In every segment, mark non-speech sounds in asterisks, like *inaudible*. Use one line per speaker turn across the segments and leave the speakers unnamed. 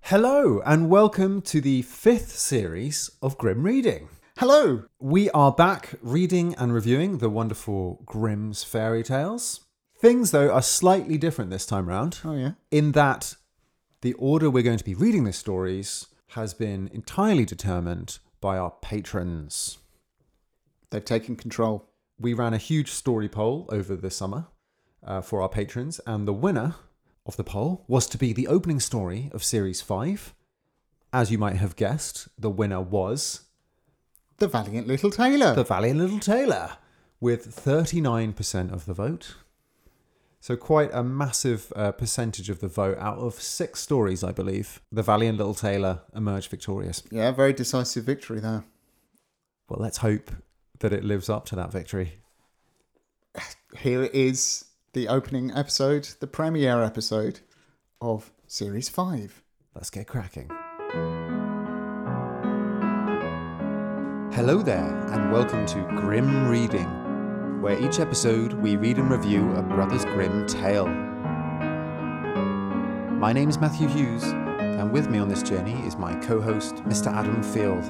Hello, and welcome to the fifth series of Grim Reading.
Hello.
We are back reading and reviewing the wonderful Grimm's fairy tales. Things, though, are slightly different this time round,
Oh yeah.
in that the order we're going to be reading the stories has been entirely determined by our patrons.
They've taken control.
We ran a huge story poll over the summer uh, for our patrons, and the winner of the poll was to be the opening story of Series 5. As you might have guessed, the winner was
The valiant little tailor.
The Valiant Little Tailor with 39% of the vote. So, quite a massive uh, percentage of the vote out of six stories, I believe. The Valiant Little Tailor emerged victorious.
yeah, very decisive victory there.
Well, let's hope that it lives up to that victory.
Here is the opening episode, the premiere episode of series five.
Let's get cracking. Hello there, and welcome to Grim Reading, where each episode we read and review a Brothers Grimm tale. My name is Matthew Hughes, and with me on this journey is my co host, Mr. Adam Field.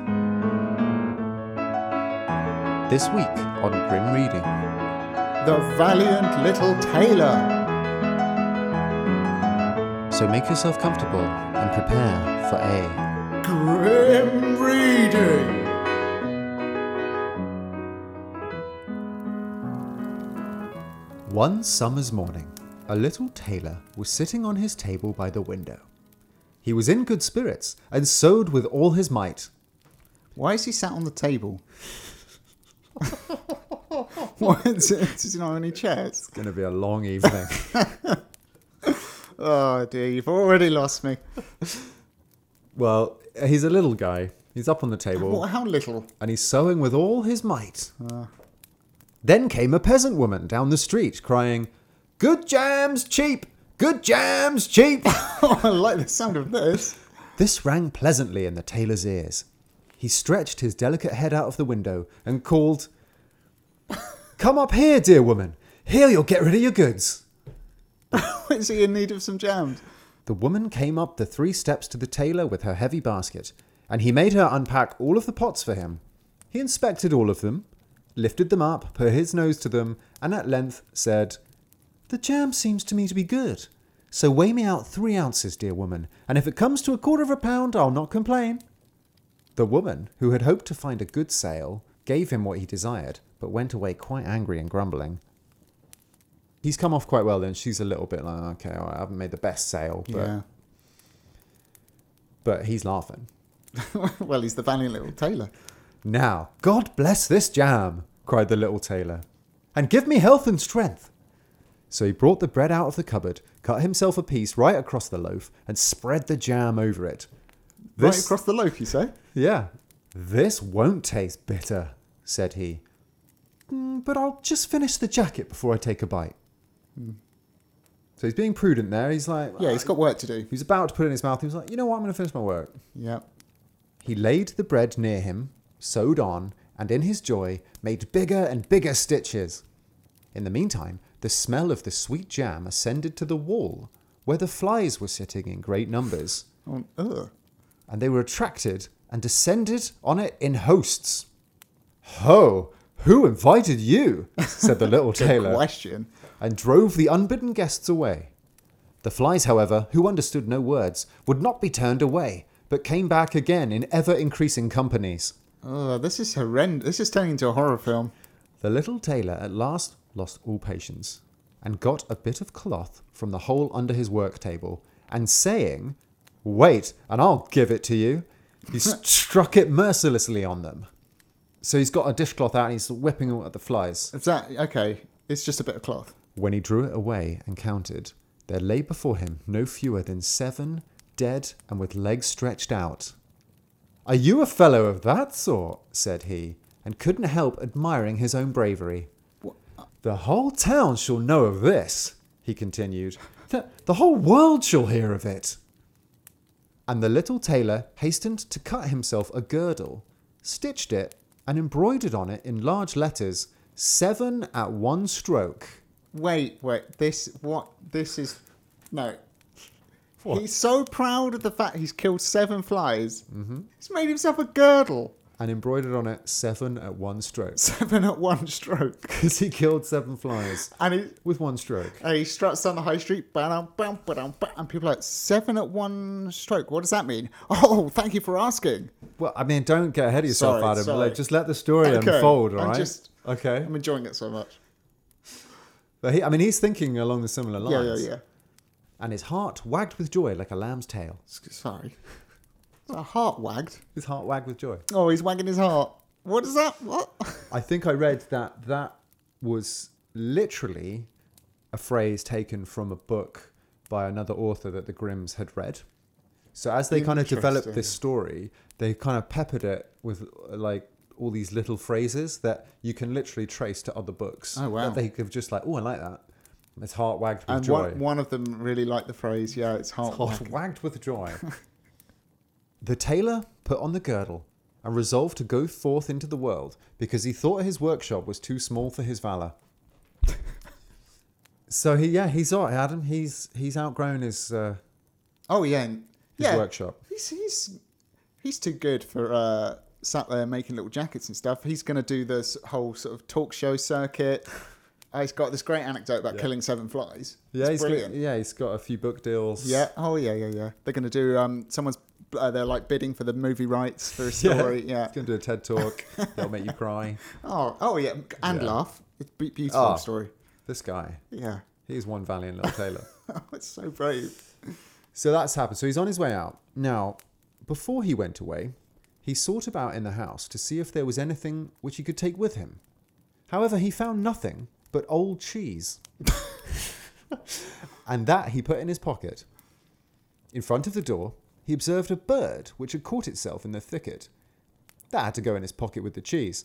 This week on Grim Reading,
The valiant little tailor.
so make yourself comfortable and prepare for a
Grim reading.
One summer's morning, a little tailor was sitting on his table by the window. He was in good spirits and sewed with all his might.
Why is he sat on the table? *laughs* Why is it? Does he not have any chairs?
Gonna be a long evening.
Oh dear, you've already lost me.
well, he's a little guy. He's up on the table
What? How little? *laughs*
and he's sewing with all his might. Then came a peasant woman down the street crying, Good jams cheap! Good jams cheap!
Oh, I like the sound of this.
This rang pleasantly in the tailor's ears. He stretched his delicate head out of the window and called, Come up here, dear woman. Here you'll get rid of your goods.
is he in need of some jams?
The woman came up the three steps to the tailor with her heavy basket, and he made her unpack all of the pots for him. He inspected all of them, lifted them up, put his nose to them, and at length said, The jam seems to me to be good. So weigh me out three ounces, dear woman, and if it comes to a quarter of a pound, I'll not complain. The woman, who had hoped to find a good sale, gave him what he desired, but went away quite angry and grumbling. He's come off quite well then. She's a little bit like, okay, all right, I haven't made the best sale, but
Yeah. *laughs*
but he's laughing.
well, he's the valiant little tailor.
Now, God bless this jam, cried the little tailor, and give me health and strength. So he brought the bread out of the cupboard, cut himself a piece right across the loaf, and spread the jam over it.
Right
This,
across the loaf, you say?
yeah, this won't taste bitter, said he. "Mm, but I'll just finish the jacket before I take a bite. Hmm. So he's being prudent there. He's like,
Yeah, he's got work to do.
he was about to put it in his mouth. He was like, you know what? I'm going to finish my work.
Yeah.
He laid the bread near him, sewed on, and in his joy made bigger and bigger stitches. In the meantime, the smell of the sweet jam ascended to the wall, where the flies were sitting in great numbers,
Oh, ugh.
and they were attracted and descended on it in hosts. Ho! Who invited
*laughs*
you? said the little
Good
tailor
question.
and drove the unbidden guests away. The flies, however, who understood no words, would not be turned away, but came back again in ever increasing companies.
Oh, this is horrendous. This is turning into a horror film.
The little tailor at last lost all patience, and got a bit of cloth from the hole under his work table, and saying, Wait, and I'll give it to you, he struck it mercilessly on them. So he's got a dishcloth out and he's whipping it at the flies.
Is that okay? It's just a bit of cloth.
When he drew it away and counted, there lay before him no fewer than seven, dead and with legs stretched out. Are you a fellow of that sort? said he, and couldn't help admiring his own bravery.
What?
The whole town shall know of this, he continued. The, the whole world shall hear of it. And the little tailor hastened to cut himself a girdle, stitched it, and embroidered on it in large letters, seven at one stroke.
Wait, wait. This what? This is no.
What?
He's so proud of the fact he's killed seven flies. Mm-hmm. He's made himself a girdle. *laughs*
and embroidered on it seven at one stroke. *laughs*
Seven at one stroke.
Because he killed seven flies
And he,
with one stroke.
and he struts down the high street. Ba-dum, ba-dum, ba-dum, ba-dum. And people are like, seven at one stroke. What does that mean? *laughs* Oh, thank you for asking.
Well, I mean, don't get ahead of yourself,
Sorry,
Adam.
sorry.
Like, just let the story
Okay,
unfold, all
I'm
right?
just-
Okay.
I'm enjoying it so much.
But he, I mean, he's thinking along the similar lines.
Yeah, yeah, yeah.
And his heart wagged with joy like a lamb's tail.
S- Sorry. A heart wagged.
His heart wagged with joy.
Oh, he's wagging his heart. What is that? What?
I think I read that that was literally a phrase taken from a book by another author that the Grimms had read. So as they kind of developed this
Interesting.
story, they kind of peppered it with uh, like all these little phrases that you can literally trace to other books.
Oh, wow.
That they could just like, oh, I like that. It's heart wagged with
And
joy.
one, one of them really liked the phrase, yeah, it's heart
Heart
wagged.
wagged with
*laughs*
joy. the tailor put on the girdle and resolved to go forth into the world because he thought his workshop was too small for his
*laughs*
valor. so he, yeah, he's all right, Adam. He's he's outgrown his uh,
Oh, yeah. and-
his
Yeah.
workshop.
He's, he's, he's too good for uh, sat there making little jackets and stuff. He's going to do this whole sort of talk show circuit. Uh, he's got this great anecdote about killing seven flies.
Yeah,
It's
he's
brilliant.
got, yeah, he's got a few book deals.
Yeah. Oh, yeah, yeah, yeah. They're going to do. Um, someone's. Uh, they're like bidding for the movie rights
*laughs*
for a story. Yeah.
He's gonna do a TED
*laughs*
talk. That'll make you cry.
Oh, oh, yeah. And
Yeah.
laugh. It's a be- beautiful
Oh.
story.
This guy,
Yeah. *laughs*
he's one valiant little tailor.
Oh, it's so brave. *laughs*
So that's happened. So he's on his way out. Now, before he went away, he sought about in the house to see if there was anything which he could take with him. However, he found nothing but old cheese. and that he put in his pocket. In front of the door, he observed a bird which had caught itself in the thicket. That had to go in his pocket with the cheese.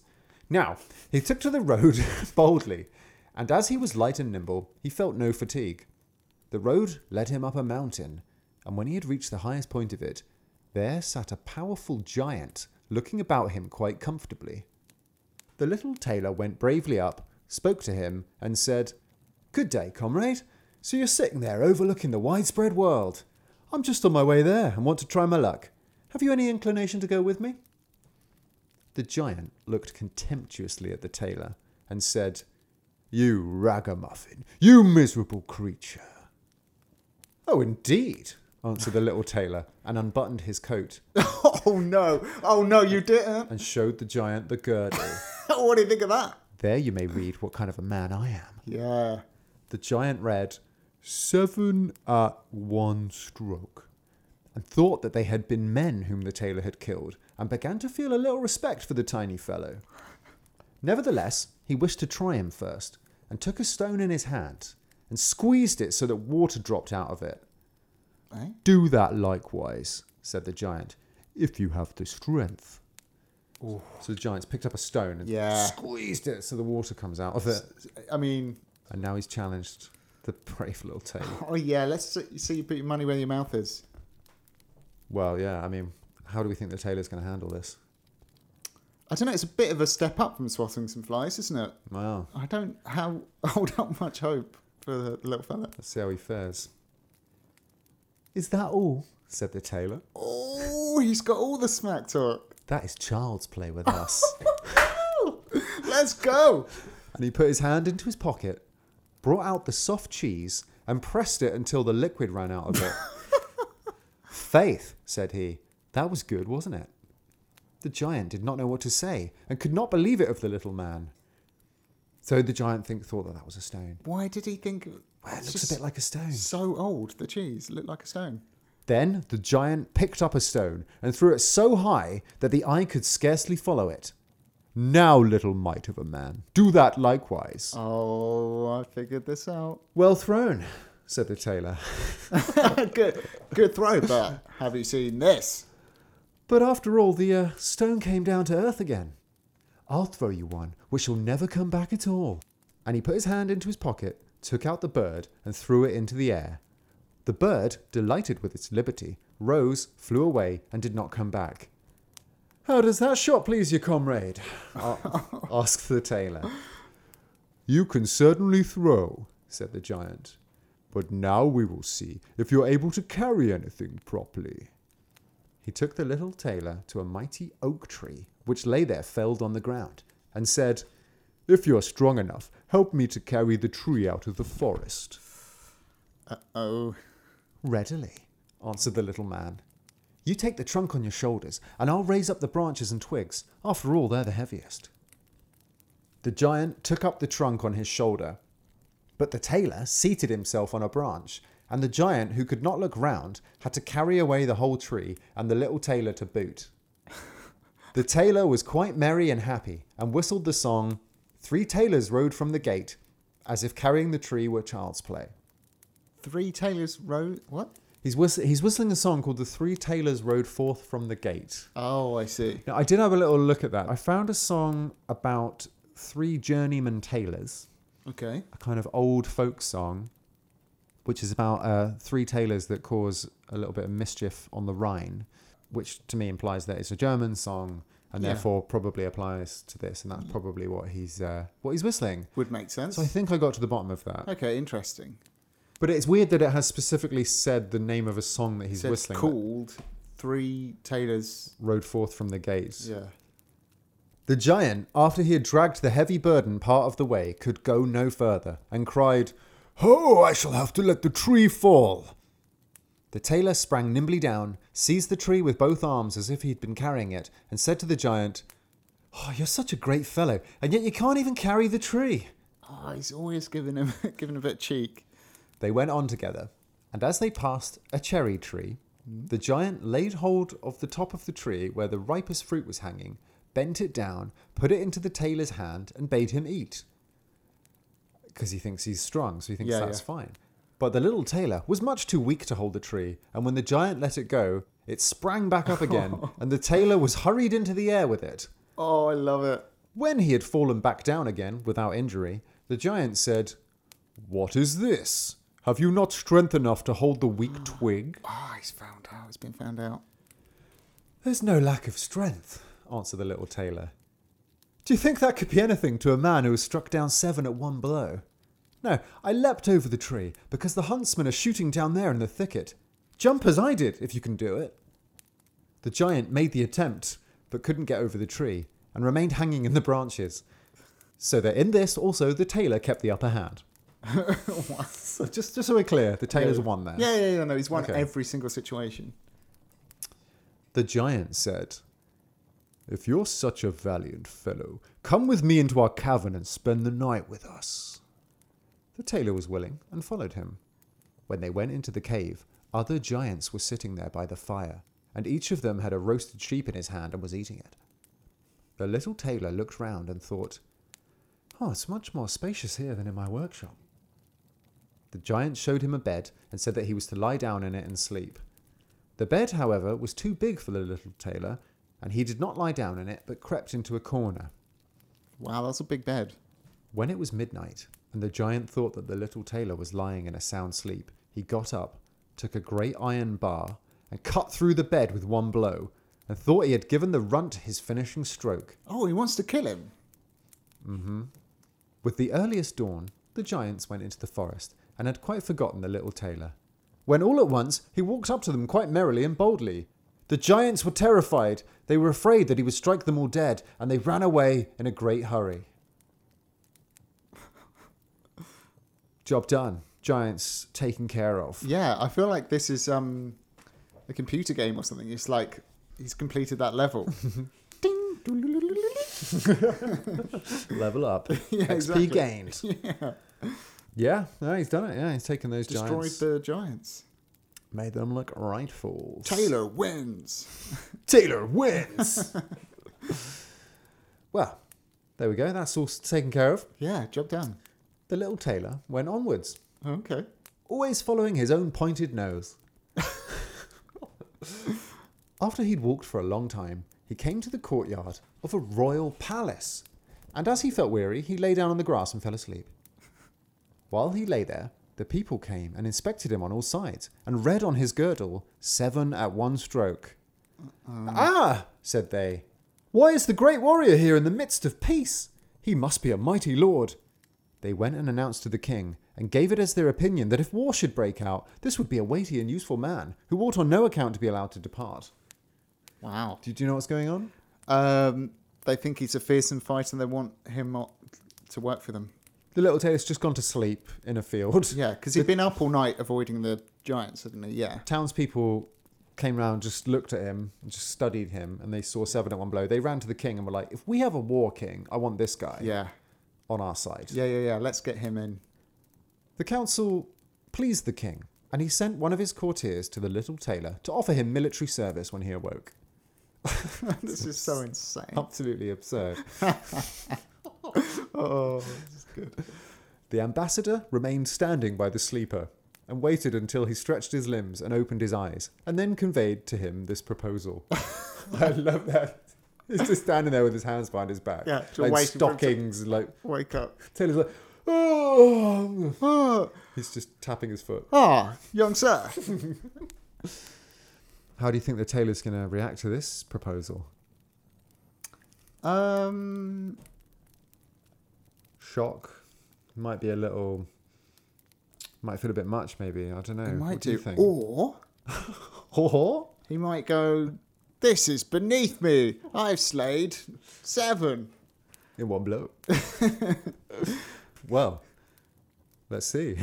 Now, he took to the road *laughs* boldly, and as he was light and nimble, he felt no fatigue. The road led him up a mountain, and when he had reached the highest point of it, there sat a powerful giant looking about him quite comfortably. The little tailor went bravely up, spoke to him, and said, Good day, comrade. So you're sitting there overlooking the widespread world. I'm just on my way there and want to try my luck. Have you any inclination to go with me? The giant looked contemptuously at the tailor and said, You ragamuffin, you miserable creature. Oh, indeed, answered the little tailor and unbuttoned his coat
Oh no! Oh no! You didn't. *laughs*
and showed the giant the girdle. *laughs*
what do you think of that?
there you may read what kind of a man I am.
Yeah.
The giant read, Seven at one stroke, and thought that they had been men whom the tailor had killed, and began to feel a little respect for the tiny fellow. Nevertheless, he wished to try him first, and took a stone in his hand, and squeezed it so that water dropped out of it.
Eh?
Do that likewise, said the giant, if you have the strength. So the giant's picked up a stone and
Yeah.
squeezed it so the water comes out of it.
I mean,
And now he's challenged the brave little tailor.
oh yeah. Let's see, see you put your money where your mouth is.
Well, yeah, I mean, how do we think the tailor's going to handle this?
I don't know. It's a bit of a step up from swatting some flies, isn't it?
Wow,
I don't how *laughs* hold up much hope for the little fella.
let's see how he fares. Is that all? said the tailor.
Oh, he's got all the smack talk.
That is child's play with *laughs* us.
Let's go.
and he put his hand into his pocket, brought out the soft cheese, and pressed it until the liquid ran out of it. Faith, said he, that was good, wasn't it? The giant did not know what to say and could not believe it of the little man. So the giant think thought that that was a stone.
Why did he think?
Well, it
it's
looks a
just
bit like a stone.
so old. The cheese looked like a stone.
Then the giant picked up a stone and threw it so high that the eye could scarcely follow it. Now, little mite of a man, do that likewise.
Oh, I figured this out.
Well thrown, said the tailor.
*laughs* good, good throw. But have you seen this?
But after all, the uh, stone came down to earth again. I'll throw you one which shall never come back at all. And he put his hand into his pocket, took out the bird, and threw it into the air. The bird, delighted with its liberty, rose, flew away, and did not come back. How does that shot please you, comrade? a- asked the tailor. You can certainly throw, said the giant. But now we will see if you're able to carry anything properly. He took the little tailor to a mighty oak tree, which lay there felled on the ground, and said, If you are strong enough, help me to carry the tree out of the forest.
Oh,
Readily, answered the little man. You take the trunk on your shoulders, and I'll raise up the branches and twigs. After all, they're the heaviest. The giant took up the trunk on his shoulder, but the tailor seated himself on a branch, and the giant, who could not look round, had to carry away the whole tree and the little tailor to boot. the tailor was quite merry and happy, and whistled the song, Three Tailors Rode from the Gate, as if carrying the tree were child's play.
three tailors row. What?
He's, whist- he's whistling a song called The Three Tailors Rode Forth from the Gate.
Oh, I see.
Now, I did have a little look at that. I found a song about three journeyman tailors,
Okay.
a kind of old folk song, which is about uh, three tailors that cause a little bit of mischief on the Rhine, which to me implies that it's a German song and
Yeah.
therefore probably applies to this, and that's probably what he's uh, what he's whistling.
Would make sense.
So I think I got to the bottom of that.
Okay, interesting.
But it's weird that it has specifically said the name of a song that he's
Said
whistling. that
Called three tailors.
Rode forth from the gates.
Yeah.
The giant, after he had dragged the heavy burden part of the way, could go no further, and cried, Ho, I shall have to let the tree fall. The tailor sprang nimbly down, seized the tree with both arms as if he'd been carrying it, and said to the giant, Oh, you're such a great fellow, and yet you can't even carry the tree.
Oh, he's always giving him *laughs* giving a bit of cheek.
They went on together, and as they passed a cherry tree,
Hmm.
the giant laid hold of the top of the tree where the ripest fruit was hanging, bent it down, put it into the tailor's hand, and bade him eat. Because he thinks he's strong, so he thinks
Yeah,
that's
yeah.
fine. But the little tailor was much too weak to hold the tree, and when the giant let it go, it sprang back up
*laughs*
again, and the tailor was hurried into the air with it.
Oh, I love it.
When he had fallen back down again without injury, the giant said, What is this? Have you not strength enough to hold the weak twig?
Oh, he's found out. He's been found out. *laughs*
There's no lack of strength, answered the little tailor. Do you think that could be anything to a man who has struck down seven at one blow? No, I leapt over the tree because the huntsmen are shooting down there in the thicket. Jump as I did, if you can do it. The giant made the attempt, but couldn't get over the tree and remained hanging in the branches. So that in this also the tailor kept the upper hand. So just, just so we're clear, the tailor's
Yeah.
won there.
Yeah, yeah, yeah. No, he's won
Okay.
every single situation.
The giant said, If you're such a valiant fellow, come with me into our cavern and spend the night with us. The tailor was willing and followed him. When they went into the cave, other giants were sitting there by the fire, and each of them had a roasted sheep in his hand and was eating it. The little tailor looked round and thought, Oh, it's much more spacious here than in my workshop. The giant showed him a bed and said that he was to lie down in it and sleep. The bed, however, was too big for the little tailor, and he did not lie down in it, but crept into a corner.
Wow, that's a big bed.
When it was midnight, and the giant thought that the little tailor was lying in a sound sleep, he got up, took a great iron bar, and cut through the bed with one blow, and thought he had given the runt his finishing stroke.
Oh, he wants to kill him.
With the earliest dawn, the giants went into the forest, and had quite forgotten the little tailor. When all at once he walked up to them quite merrily and boldly. The giants were terrified. They were afraid that he would strike them all dead, and they ran away in a great hurry. Job done. Giants taken care of.
Yeah, I feel like this is um a computer game or something. It's like he's completed that
*laughs*
level. Ding.
*laughs* Level up.
*laughs* Yeah,
XP
exactly.
gained.
*laughs* yeah.
Yeah, no, he's done it. Yeah, he's taken those
Destroyed
giants.
the giants.
Made them look right fools.
Taylor wins.
Taylor wins. well, there we go. That's all s- taken care of.
Yeah, job done.
The little tailor went onwards,
Okay.
always following his own pointed nose. After he'd walked for a long time, he came to the courtyard of a royal palace, and as he felt weary, he lay down on the grass and fell asleep. While he lay there, the people came and inspected him on all sides, and read on his girdle, Seven at one stroke. Ah, said they, why is the great warrior here in the midst of peace? He must be a mighty lord. They went and announced to the king, and gave it as their opinion that if war should break out, this would be a weighty and useful man who ought on no account to be allowed to depart.
Wow.
Do, do you know what's going on?
Um, they think he's a fearsome fighter and they want him not to work for them.
The little tailor's just gone to sleep in a field.
Yeah, because he'd been up all night avoiding the giants, hadn't he? Yeah.
Townspeople came round, just looked at him, and just studied him, and they saw seven at one blow. They ran to the king and were like, "If we have a war king, I want this guy
Yeah.
on our side."
Yeah, yeah, yeah. Let's get him in. *laughs*
The council pleased the king, and he sent one of his courtiers to the little tailor to offer him military service when he awoke.
this is so insane.
Hmm. Absolutely absurd.
Oh, this is good.
The ambassador remained standing by the sleeper and waited until he stretched his limbs and opened his eyes, and then conveyed to him this *laughs* proposal. I love that. He's just standing there with his hands behind his back.
Yeah, just
like
waiting for him to-
stockings, like
Wake up.
Taylor's like, oh,
Oh,
he's just tapping his foot.
ah, young sir.
How do you think the tailor's going to react to this proposal?
Um,
Shock. Might be a little. Might feel a bit much, maybe. I don't know.
he might
what do you
do.
think?
Or
*laughs* Or
he might go, This is beneath me. I've slayed seven.
in one blow. well, let's see.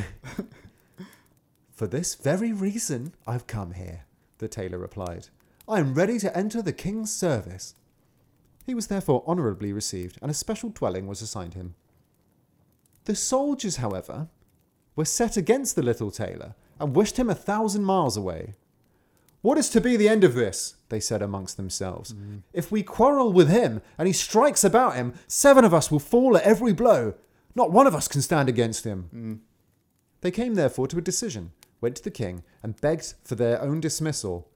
For this very reason, I've come here, the tailor replied. I am ready to enter the king's service. He was therefore honourably received, and a special dwelling was assigned him. The soldiers, however, were set against the little tailor and wished him a thousand miles away. What is to be the end of this? They said amongst themselves. If we quarrel with him and he strikes about him, seven of us will fall at every blow. Not one of us can stand against him. They came therefore to a decision, went to the king, and begged for their own dismissal.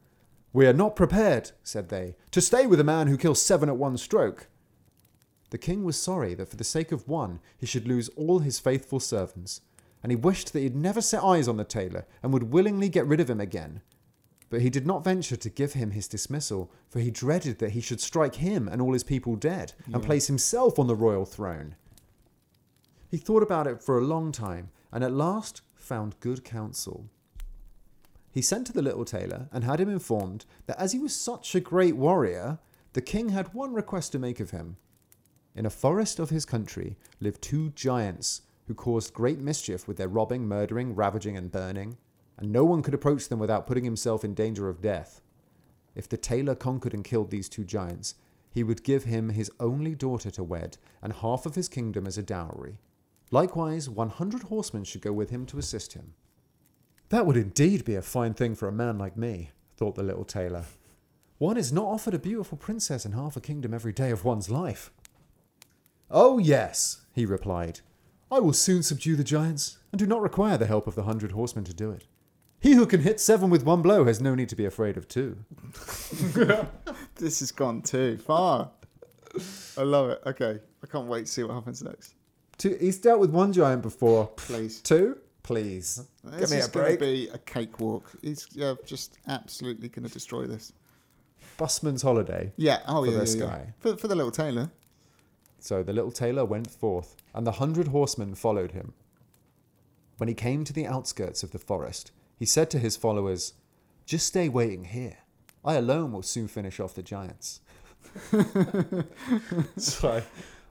We are not prepared, said they, to stay with a man who kills seven at one stroke. The king was sorry that for the sake of one he should lose all his faithful servants, and he wished that he had never set eyes on the tailor and would willingly get rid of him again. But he did not venture to give him his dismissal, for he dreaded that he should strike him and all his people dead, and place himself on the royal throne. He thought about it for a long time, and at last found good counsel. He sent to the little tailor and had him informed that as he was such a great warrior, the king had one request to make of him. In a forest of his country lived two giants who caused great mischief with their robbing, murdering, ravaging, and burning, and no one could approach them without putting himself in danger of death. If the tailor conquered and killed these two giants, he would give him his only daughter to wed and half of his kingdom as a dowry. Likewise, 100 horsemen should go with him to assist him. That would indeed be a fine thing for a man like me, thought the little tailor. One is not offered a beautiful princess and half a kingdom every day of one's life. Oh, yes, he replied. I will soon subdue the giants, and do not require the help of the hundred horsemen to do it. He who can hit seven with one blow has no need to be afraid of two.
This has gone too far. I love it. Okay. I can't wait to see what happens next.
two he's dealt with one giant before.
Please.
Two? Please.
This
Give me
is
a
going
break.
to be a cakewalk. He's yeah, just absolutely going to destroy this.
Busman's holiday.
Yeah. Oh,
For
yeah.
this
yeah, yeah.
guy.
For, for the little tailor.
So the little tailor went forth, and the hundred horsemen followed him. When he came to the outskirts of the forest, he said to his followers, Just stay waiting here. I alone will soon finish off the *laughs* giants. Sorry.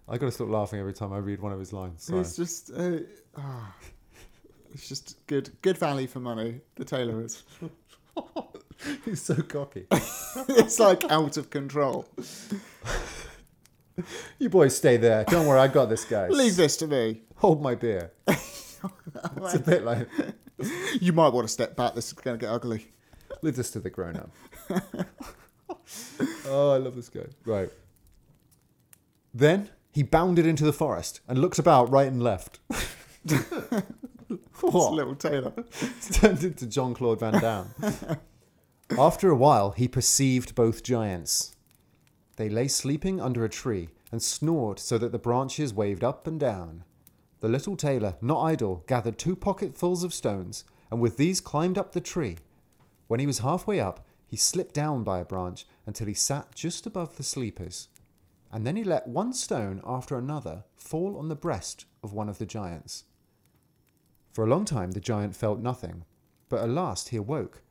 I gotta stop laughing every time I read one of his lines. Sorry.
It's just, uh, ah. it's just good, good value for money. The tailor is. *laughs*
He's so cocky.
it's like out of control.
you boys stay there. Don't worry, I got this guy.
Leave this to me.
Hold my beer. it's a bit like
*laughs* You might want to step back. This is going to get ugly.
Leave this to the grown up. *laughs* oh, I love this guy. Right. Then he bounded into the forest and looked about right and left.
It's
what? *laughs*
little tailor.
Turned into Jean Claude Van Damme. After a while, he perceived both giants. They lay sleeping under a tree and snored so that the branches waved up and down. The little tailor, not idle, gathered two pocketfuls of stones and with these climbed up the tree. When he was halfway up, he slipped down by a branch until he sat just above the sleepers. And then he let one stone after another fall on the breast of one of the giants. For a long time, the giant felt nothing, but at last he awoke,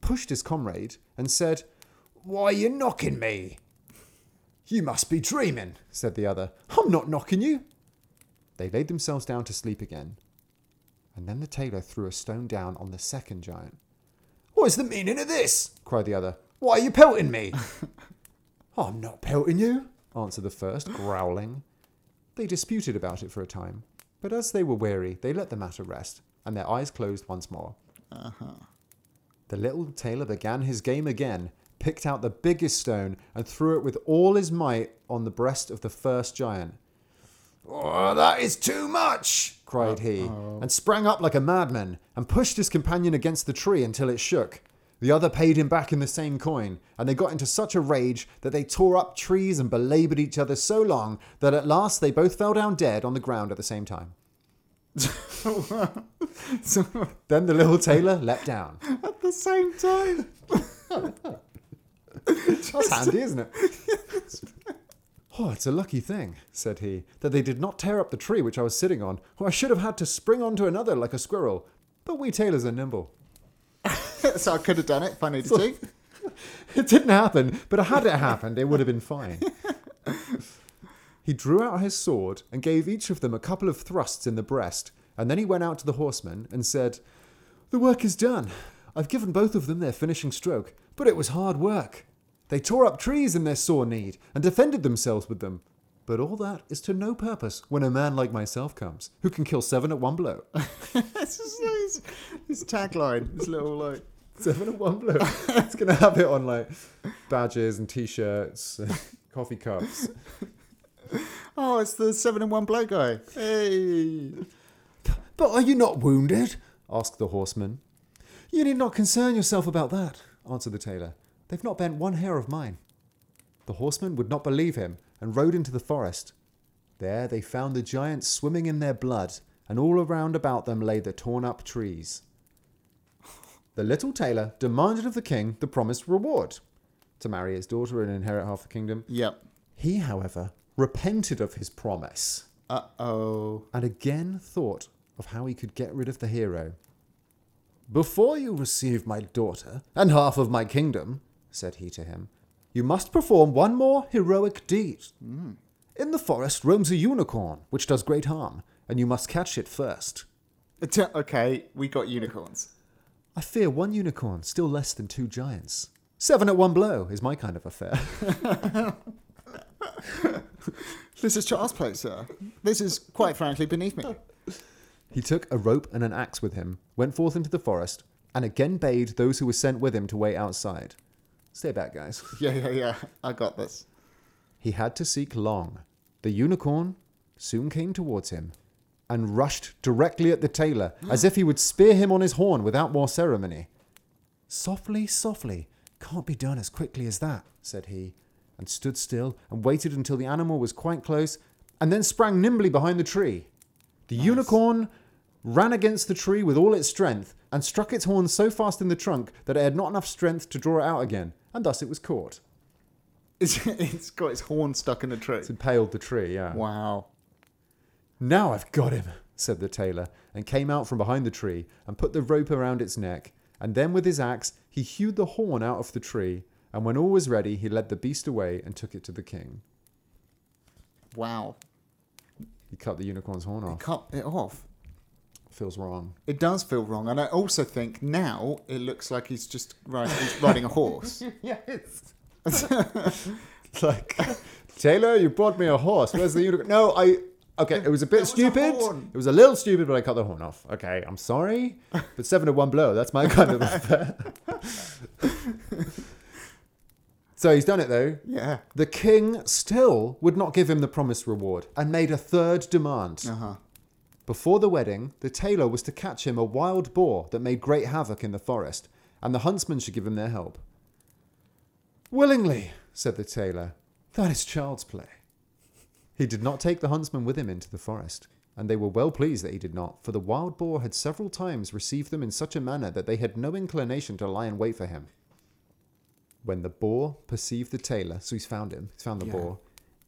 pushed his comrade, and said, Why are you knocking me? You must be dreaming, said the other. I'm not knocking you. They laid themselves down to sleep again, and then the tailor threw a stone down on the second giant. What is the meaning of this? cried the other. Why are you pelting me? I'm not pelting you, answered the first, growling. They disputed about it for a time, but as they were weary, they let the matter rest, and their eyes closed once more. The little tailor began his game again, picked out the biggest stone, and threw it with all his might on the breast of the first giant. Oh, that is too much! cried he, and sprang up like a madman, and pushed his companion against the tree until it shook. The other paid him back in the same coin, and they got into such a rage that they tore up trees and belaboured each other so long that at last they both fell down dead on the ground at the same time. *laughs*
So,
Then the little tailor leapt down.
at the same time.
That's handy, isn't it? *laughs* Oh, it's a lucky thing, said he, that they did not tear up the tree which I was sitting on, or I should have had to spring onto another like a squirrel. But we tailors are nimble.
*laughs* so I could have done it if I needed to.
It didn't happen, but had it happened, it would have been fine. *laughs* he drew out his sword and gave each of them a couple of thrusts in the breast, and then he went out to the horsemen and said, The work is done. I've given both of them their finishing stroke, but it was hard work. They tore up trees in their sore need and defended themselves with them. But all that is to no purpose when a man like myself comes, who can kill seven at one blow.
It's just like his, his tagline, his little like.
*laughs* Seven at one *laughs* blow. it's gonna have it on like badges and t-shirts, and *laughs* coffee cups.
Oh, it's the seven in one blow guy. Hey.
But are you not wounded? asked the horseman. You need not concern yourself about that, answered the tailor. They've not bent one hair of mine. The horseman would not believe him and rode into the forest. There they found the giants swimming in their blood, and all around about them lay the torn up trees. The little tailor demanded of the king the promised reward to marry his daughter and inherit half the kingdom.
Yep.
He, however, repented of his promise
Uh oh.
and again thought of how he could get rid of the hero. Before you receive my daughter and half of my kingdom, said he to him, you must perform one more heroic deed. In the forest roams a unicorn, which does great harm, and you must catch it first.
Okay, we got unicorns.
I fear one unicorn, still less than two giants. Seven at one blow is my kind of affair. *laughs*
This is child's play, sir. This is quite frankly beneath *laughs* me.
He took a rope and an axe with him, went forth into the forest, and again bade those who were sent with him to wait outside. Stay back, guys.
Yeah, yeah, yeah. I got this.
He had to seek long. The unicorn soon came towards him and rushed directly at the tailor as if he would spear him on his horn without more ceremony. Softly, softly, can't be done as quickly as that, said he, and stood still and waited until the animal was quite close and then sprang nimbly behind the tree. The unicorn ran against the tree with all its strength and struck its horn so fast in the trunk that it had not enough strength to draw it out again, and thus it was caught.
It's, it's got its horn stuck in a tree.
It impaled the tree, yeah.
Wow.
Now I've got him, said the tailor, and came out from behind the tree and put the rope around its neck. And then with his axe, he hewed the horn out of the tree. And when all was ready, he led the beast away and took it to the king.
Wow.
He cut the unicorn's horn off.
Cut it off.
Feels wrong.
It does feel wrong, and I also think now it looks like he's just riding, he's riding a *laughs* horse.
Yes. *laughs* like, Taylor, you bought me a horse. Where's the unicorn? No, I. Okay, it was a bit
was a
stupid.
horn.
it was a little stupid, but I cut the horn off. Okay, I'm sorry. But seven to one blow, that's my kind of affair. *laughs* so he's done it, though.
Yeah.
The king still would not give him the promised reward and made a third demand.
Uh huh.
Before the wedding, the tailor was to catch him a wild boar that made great havoc in the forest, and the huntsmen should give him their help. Willingly, said the tailor. That is child's play. He did not take the huntsman with him into the forest, and they were well pleased that he did not, for the wild boar had several times received them in such a manner that they had no inclination to lie in wait for him. When the boar perceived the tailor, so he's found him, he's found the
Yeah.
boar,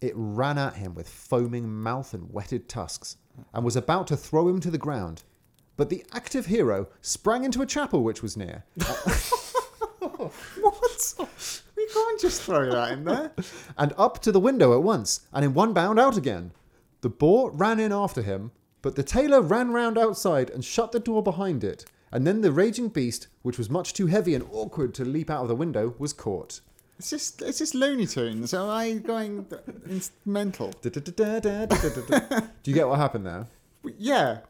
it ran at him with foaming mouth and wetted tusks, and was about to throw him to the ground. But the active hero sprang into a chapel which was near
What? We can't just throw that in there.
and up to the window at once, and in one bound out again. The boar ran in after him, but the tailor ran round outside and shut the door behind it, and then the raging beast, which was much too heavy and awkward to leap out of the window, was caught. *laughs*
It's just it's just Looney Tunes. Am I going it's mental?
Da-da-da-da-da-da-da-da. Do you get what happened there?
Yeah.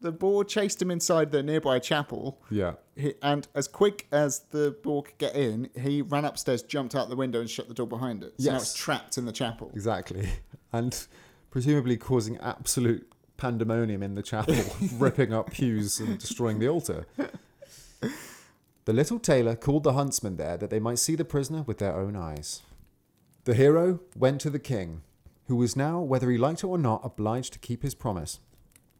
The boar chased him inside the nearby chapel,
Yeah.
he, and as quick as the boar could get in, he ran upstairs, jumped out the window, and shut the door behind it. So now
Yes.
it's trapped in the
*laughs*
chapel.
Exactly. And presumably causing absolute pandemonium in the chapel, ripping up pews and destroying the altar. The little tailor called the huntsmen there that they might see the prisoner with their own eyes. The hero went to the king, who was now, whether he liked it or not, obliged to keep his promise.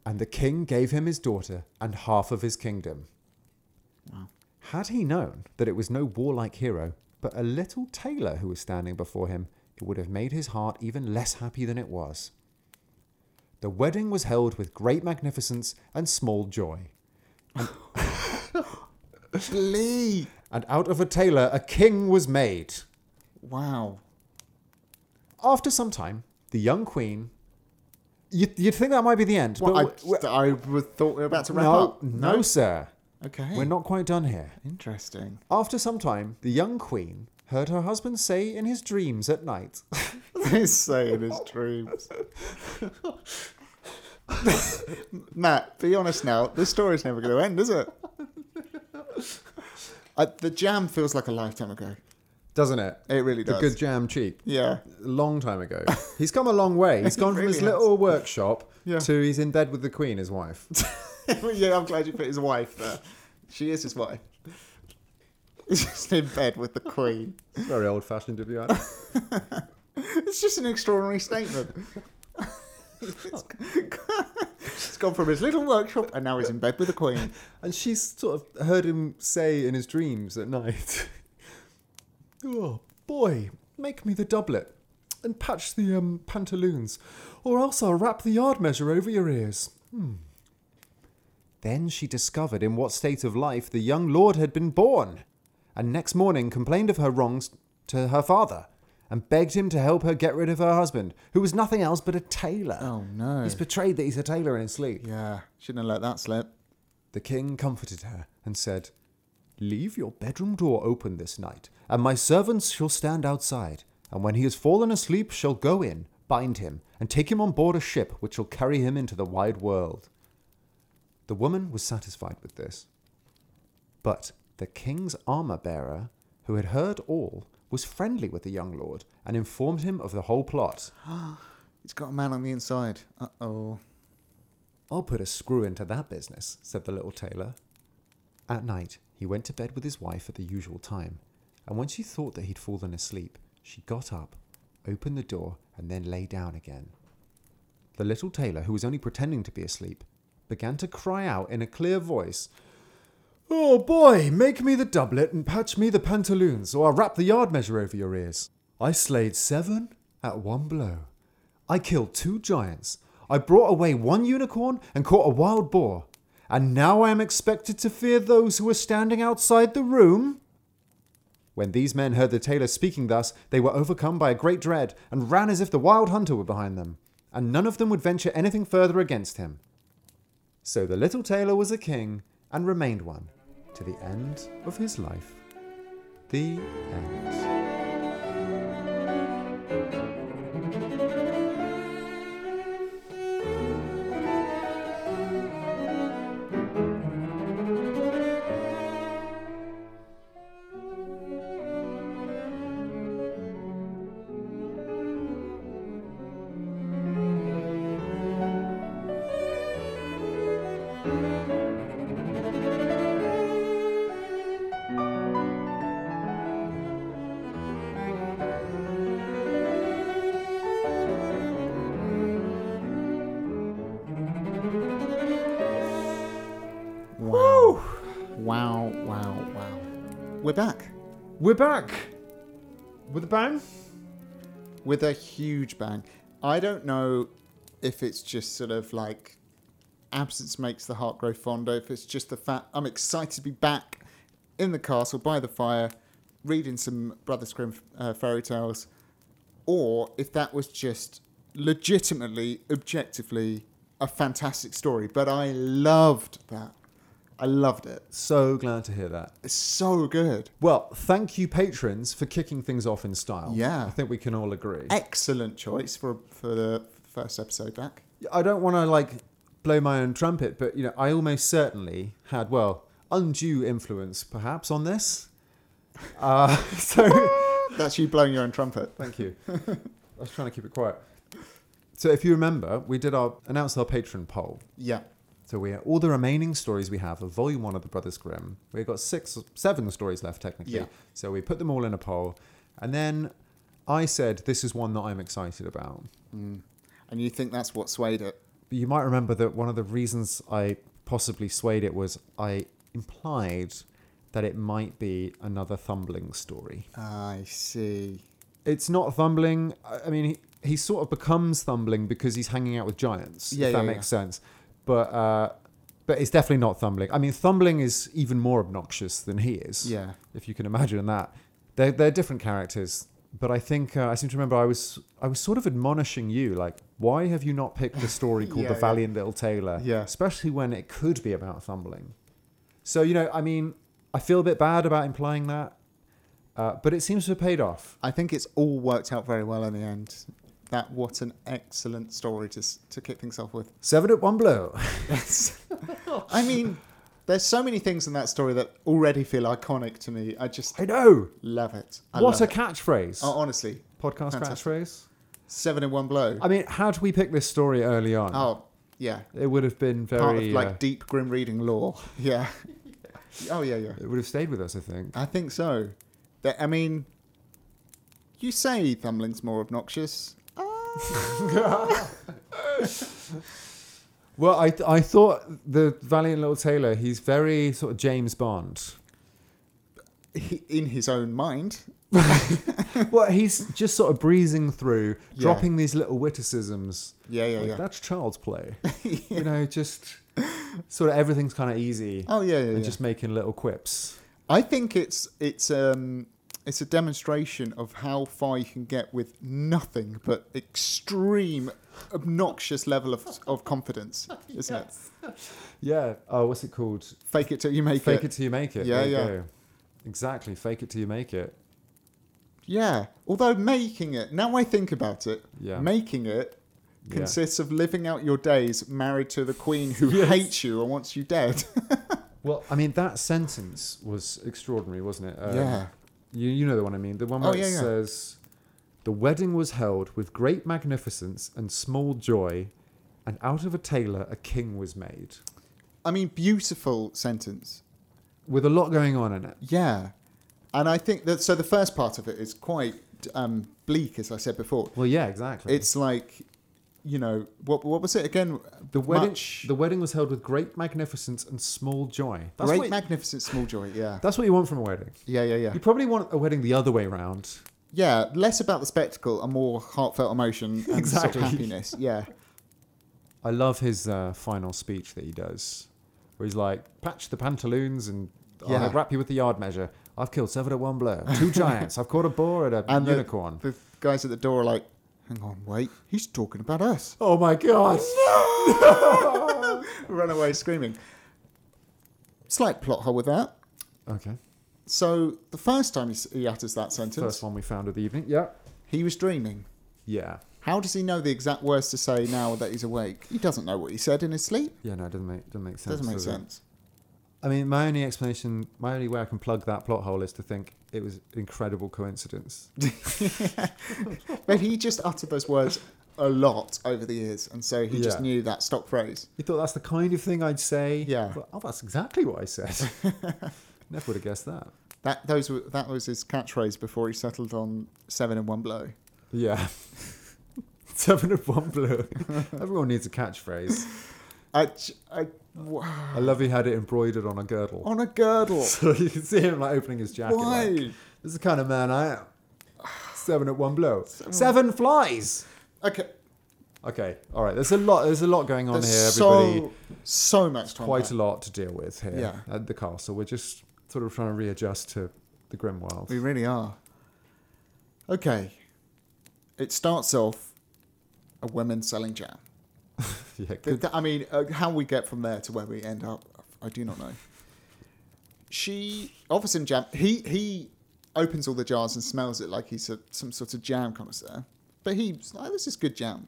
And the king gave him his daughter and half of his kingdom. Had he known that it was no warlike hero, but a little tailor who was standing before him, it would have made his heart even less happy than it was. The wedding was held with great magnificence and small joy,
Blee!
and out of a tailor a king was made.
Wow.
After some time, the young queen. You'd, you'd think that might be the end,
Well, I,
but w-
I thought we were about to wrap
no,
up.
no, sir.
Okay.
We're not quite done here.
Interesting.
After some time, the young queen heard her husband say in his dreams at night. *laughs*
*laughs* He's saying his dreams. *laughs* Matt, be honest now. This story's never going to end, is it? Uh, the jam feels like a lifetime ago.
Doesn't it?
It really
The
does.
good jam cheap.
*laughs* yeah.
A long time ago. He's come a long way. He's
*laughs* He
gone from his
really has.
little workshop
Yeah.
to he's in bed with the queen, his
*laughs*
wife.
yeah, I'm glad you put his wife there. She is his wife. He's just in bed with the queen.
Very old fashioned to be honest.
It's just an extraordinary statement. *laughs* it's, it's gone from his little workshop and now he's in bed with the queen.
And she's sort of heard him say in his dreams at night, *laughs* "Oh boy, make me the doublet." And patch the um, pantaloons, or else I'll wrap the yard measure over your ears. Hmm. Then she discovered in what state of life the young lord had been born, and next morning complained of her wrongs to her father, and begged him to help her get rid of her husband, who was nothing else but a tailor.
Oh, no.
He's betrayed that he's a tailor in his sleep.
Yeah, shouldn't have let that slip.
The king comforted her and said, Leave your bedroom door open this night, and my servants shall stand outside, and when he has fallen asleep shall go in, bind him, and take him on board a ship which shall carry him into the wide world. The woman was satisfied with this. But the king's armor bearer, who had heard all, was friendly with the young lord and informed him of the whole plot.
It's got a man on the inside. Uh oh.
I'll put a screw into that business, said the little tailor. At night, he went to bed with his wife at the usual time, and when she thought that he'd fallen asleep, she got up, opened the door, and then lay down again. The little tailor, who was only pretending to be asleep, began to cry out in a clear voice, Oh boy, make me the doublet and patch me the pantaloons, or I'll wrap the yard measure over your ears. I slayed seven at one blow. I killed two giants. I brought away one unicorn and caught a wild boar. And now I am expected to fear those who are standing outside the room? When these men heard the tailor speaking thus, they were overcome by a great dread and ran as if the wild hunter were behind them, and none of them would venture anything further against him. So the little tailor was a king and remained one to the end of his life. The end.
Wow. Wow, wow, wow. We're back
We're back with a bang.
with a huge bang. I don't know if it's just sort of like absence makes the heart grow fonder. If it's just the fact I'm excited to be back in the castle by the fire, reading some Brothers Grimm uh, fairy tales, or if that was just legitimately, objectively a fantastic story. But I loved that. I loved it.
So glad to hear that.
It's so good.
Well, thank you, patrons, for kicking things off in style.
Yeah.
I think we can all agree.
Excellent choice for for the first episode back.
I don't want to like blow my own trumpet, but you know, I almost certainly had well undue influence, perhaps, on this. Uh, *laughs* so
That's you blowing your own trumpet.
thank you. I was trying to keep it quiet. So, if you remember, we did our announce our patron poll.
Yeah.
So we all the remaining stories we have of Volume One of the Brothers Grimm. We've got six, seven stories left technically.
Yeah.
So we put them all in a poll, and then I said, "This is one that I'm excited about."
And you think that's what swayed it?
But you might remember that one of the reasons I possibly swayed it was I implied that it might be another Thumbling story.
I see.
It's not Thumbling. I I mean, he, he sort of becomes Thumbling because he's hanging out with giants.
Yeah,
if that
yeah,
makes sense. But uh, but it's definitely not Thumbling. I mean, Thumbling is even more obnoxious than he is.
Yeah.
If you can imagine that, they're they're different characters. But I think uh, I seem to remember I was I was sort of admonishing you like, why have you not picked the
*laughs*
story called
Yeah,
The
yeah.
Valiant Little Tailor?
Yeah.
Especially when it could be about Thumbling. So you know, I mean, I feel a bit bad about implying that, uh, but it seems to have paid off.
I think it's all worked out very well in the end. That what an excellent story to s- to kick things off with.
Severed at one blow.
I mean, there's so many things in that story that already feel iconic to me. I just
I know.
love it. I
what
love
a
it.
catchphrase.
Oh, honestly,
Podcast
fantastic.
catchphrase.
seven in one blow.
I mean, had we picked this story early on,
oh, yeah.
it would have been very.
Part of like
uh,
deep grim reading lore. *laughs* Yeah. Oh yeah, yeah.
it would have stayed with us, I think.
I think so. That- I mean, you say Thumbling's more obnoxious.
Well, I, th- I thought the valiant little tailor. He's very sort of James
*laughs*
Bond.
He, in his own mind,
well, he's just sort of breezing through,
Yeah.
dropping these little witticisms.
yeah, yeah,
Like,
yeah.
That's child's
*laughs*
play. You know, just sort of everything's kind of easy
Oh yeah, yeah.
and
yeah.
just making little quips.
I think it's it's um it's a demonstration of how far you can get with nothing but extreme, obnoxious level of of
*laughs*
confidence, isn't
Yeah. Oh, what's it called?
it? Fake it till you make
fake
it.
it till you make it.
Yeah,
there you
yeah.
Go. Exactly. Fake it till you make it.
Yeah. Although making it, now I think about it,
Yeah.
making it
Yeah.
consists of living out your days married to the queen
*laughs*
who
Yes.
hates you and wants you dead.
Well, I mean, that sentence was extraordinary, wasn't it? *laughs* Um,
yeah.
You, you know the one I mean. The one
Oh,
where it
yeah, yeah.
says, The wedding was held with great magnificence and small joy, and out of a tailor a king was made.
I mean, beautiful sentence.
With a lot going on in it.
Yeah. And I think that, so the first part of it is quite um, bleak, as I said before.
Well, yeah, exactly.
It's like, you know, what, what was it again?
the wedding,
much-
the wedding was held with great magnificence and small joy. That's,
Great
what,
Magnificent Small Joy,
*laughs*
yeah.
that's what you want from a wedding.
Yeah, yeah, yeah.
You probably want a wedding the other way round.
Yeah, less about the spectacle and more heartfelt emotion and sort
Exactly.
of happiness. Yeah.
I love his uh, final speech that he does, where he's like, "Patch the pantaloons and
Yeah.
I'll wrap you with the yard measure. I've killed seven at one blow,
*laughs*
two giants. I've caught a boar and a
And the-
unicorn."
The guys at the door are like, hang on, wait, he's talking about us.
oh my god!
Run away screaming. Slight plot hole with that.
Okay,
So the first time he s- he utters that
first
sentence,
one we found of the evening. Yeah,
he was dreaming.
yeah,
How does he know the exact words to say now that he's awake? He doesn't know what he said in his sleep.
yeah. No, it doesn't make doesn't make sense.
Doesn't make
does it?
sense.
I mean, my only explanation, my only way I can plug that plot hole is to think it was incredible coincidence.
*laughs* But he just uttered those words a lot over the years, and so he just
Yeah.
knew that stock phrase.
You thought that's the kind of thing I'd say?
Yeah.
Well, oh, that's exactly what I said.
*laughs*
Never would have guessed that.
That those were, that was his catchphrase before he settled on seven in one blow.
Yeah. *laughs* Seven of one blue. *laughs* Everyone needs a catchphrase.
I, j- I- wow.
I love he had it embroidered on a girdle.
on a girdle.
*laughs* So you can see him like opening his jacket.
Why?
like, this is the kind of
*sighs*
man I am. Seven at one blow. Seven flies.
Okay.
Okay, all right. There's a lot. There's a lot going on
There's
here, everybody.
so so much to
Quite a
unpack.
lot to deal with here
Yeah.
at the castle. We're just sort of trying to readjust to the grim wild.
We really are. Okay. It starts off a woman selling jam.
*laughs* yeah,
Th-
good.
th- I mean, uh, how we get from there to where we end up, I do not know. She offers him jam. He he opens all the jars and smells it like he's a, some sort of jam connoisseur. But he's like, "Oh, "This is good
*laughs*
jam."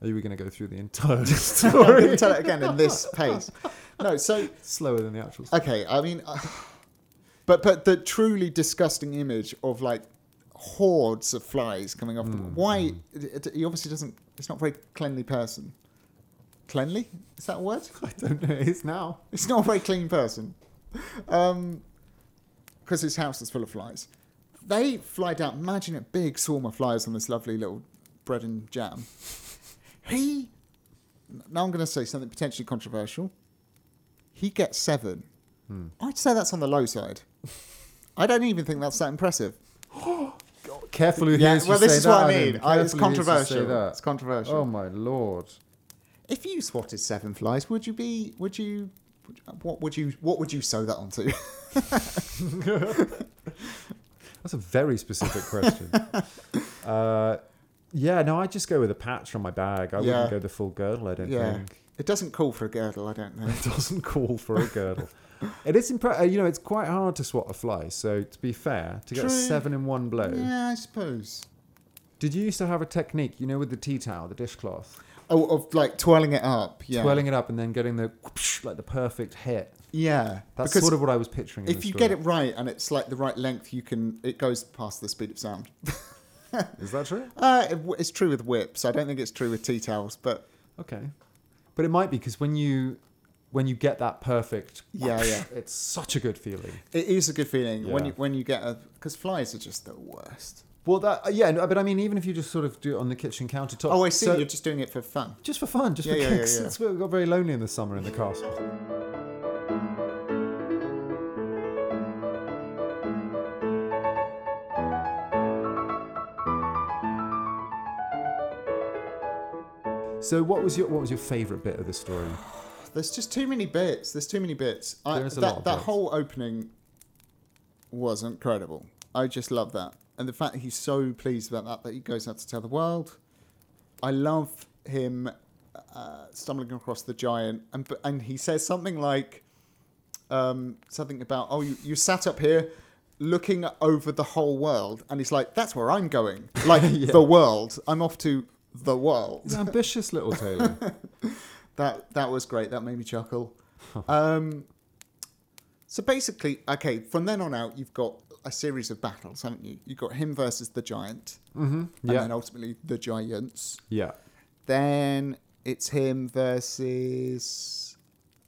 Are we going to go through the entire *laughs*
I'm going
story?
*laughs* to
*laughs*
tell it again in this pace. No, so
Slower than the actual. story.
okay. I mean, uh, *sighs* but but the truly disgusting image of like hordes of flies coming off. them. Why? it- it- He obviously doesn't. He's not a very cleanly person. Cleanly is that a word?
*laughs* I don't know. It is now.
He's not a very clean person. Um, because his house is full of flies. They fly down. Imagine a big swarm of flies on this lovely little bread and jam. He. Now I'm going to say something potentially controversial. He gets seven.
Hmm.
I'd say that's on the low side. I don't even think that's that impressive.
*laughs* Carefully, who
yeah,
is you
well, this
say
is what
that,
I
Adam.
mean. I,
Carefully who is you
it's
say
controversial.
that.
It's controversial.
Oh my lord!
If you swatted seven flies, would you be? Would you? would- What would you? What would you sew that onto?
That's a very specific
*laughs*
question. uh, yeah, no, I just go with a patch on my bag. I
Yeah.
wouldn't go the full girdle. I don't
Yeah.
think.
It doesn't call for a girdle, I don't know.
*laughs* It doesn't call for a girdle. It is impre- uh, you know, it's quite hard to swat a fly. So to be fair, to get
True.
seven in one blow.
yeah, I suppose.
Did you used to have a technique? You know, with the tea towel, the dishcloth,
Oh, of like twirling it up. Yeah.
twirling it up and then getting the like the perfect hit.
Yeah.
That's
because
sort of what I was picturing. in
if
the
you
story.
get it right and it's like the right length, you can. It goes past the speed of sound.
is that true?
Uh, it, w- it's true with whips. I don't think it's true with tea towels, but
Okay, but it might be because when you when you get that perfect,
Yeah, yeah.
it's such a good feeling.
it is a good feeling when
Yeah.
you when you get a because flies are just the worst.
Well, that uh, yeah, no, but I mean, even if you just sort of do it on the kitchen countertop.
Oh, I see.
so-
You're just doing it for fun.
just for fun, just
Yeah,
for
yeah, yeah,
kicks.
yeah.
It's, we got very lonely in the summer in the castle. So, what was your what was your favourite bit of the story?
There's just too many bits. There's too many bits. I,
There is a
that
lot of
that
bits.
whole opening was incredible. I just love that, and the fact that he's so pleased about that that he goes out to tell the world. I love him uh, stumbling across the giant, and b- and he says something like, um, something about, oh, you, you sat up here looking over the whole world, and he's like, that's where I'm going, like
*laughs* Yeah.
the world. I'm off to the world.
He's
*laughs*
an ambitious little tailor.
That that was great. That made me chuckle. um, so basically, okay, from then on out, you've got a series of battles, haven't you? You've got him versus the giant,
mm-hmm.
and
Yeah,
then ultimately the giants.
yeah.
Then it's him versus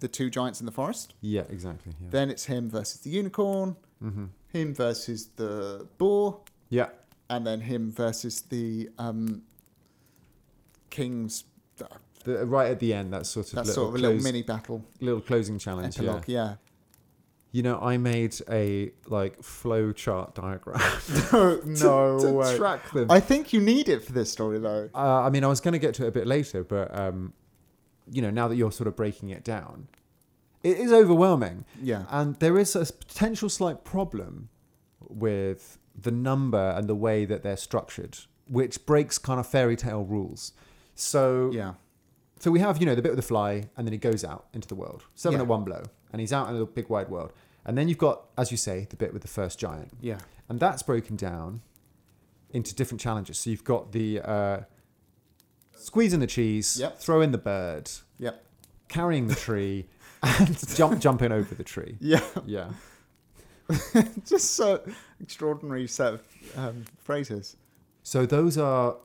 the two giants in the forest.
Yeah, exactly. Yeah.
Then it's him versus the unicorn.
hmm
Him versus the boar,
Yeah.
and then him versus the um, king's.
The, right at the end, that sort of
That's
little
sort of a little
close-
mini battle
little closing challenge. yeah.
epilogue, yeah.
You know, I made a like flow chart diagram
*laughs* no, no
*laughs* to
way.
track them. I,
I think you need it for this story, though.
uh, I mean, I was going to get to it a bit later, but um, you know, now that you're sort of breaking it down, it is overwhelming,
Yeah.
and there is a s- potential slight problem with the number and the way that they're structured, which breaks kind of fairy tale rules. So,
Yeah.
so we have you know the bit with the fly, and then he goes out into the world, seven
Yeah.
at one blow, and he's out in the big wide world. And then you've got, as you say, the bit with the first giant.
Yeah.
and that's broken down into different challenges. So you've got the uh, squeeze in the cheese,
Yep.
throw in the bird,
Yep.
carrying the
*laughs*
tree, and jump jumping over the tree.
Yeah. *laughs*
Yeah,
Just so extraordinary set of um, phrases.
so those are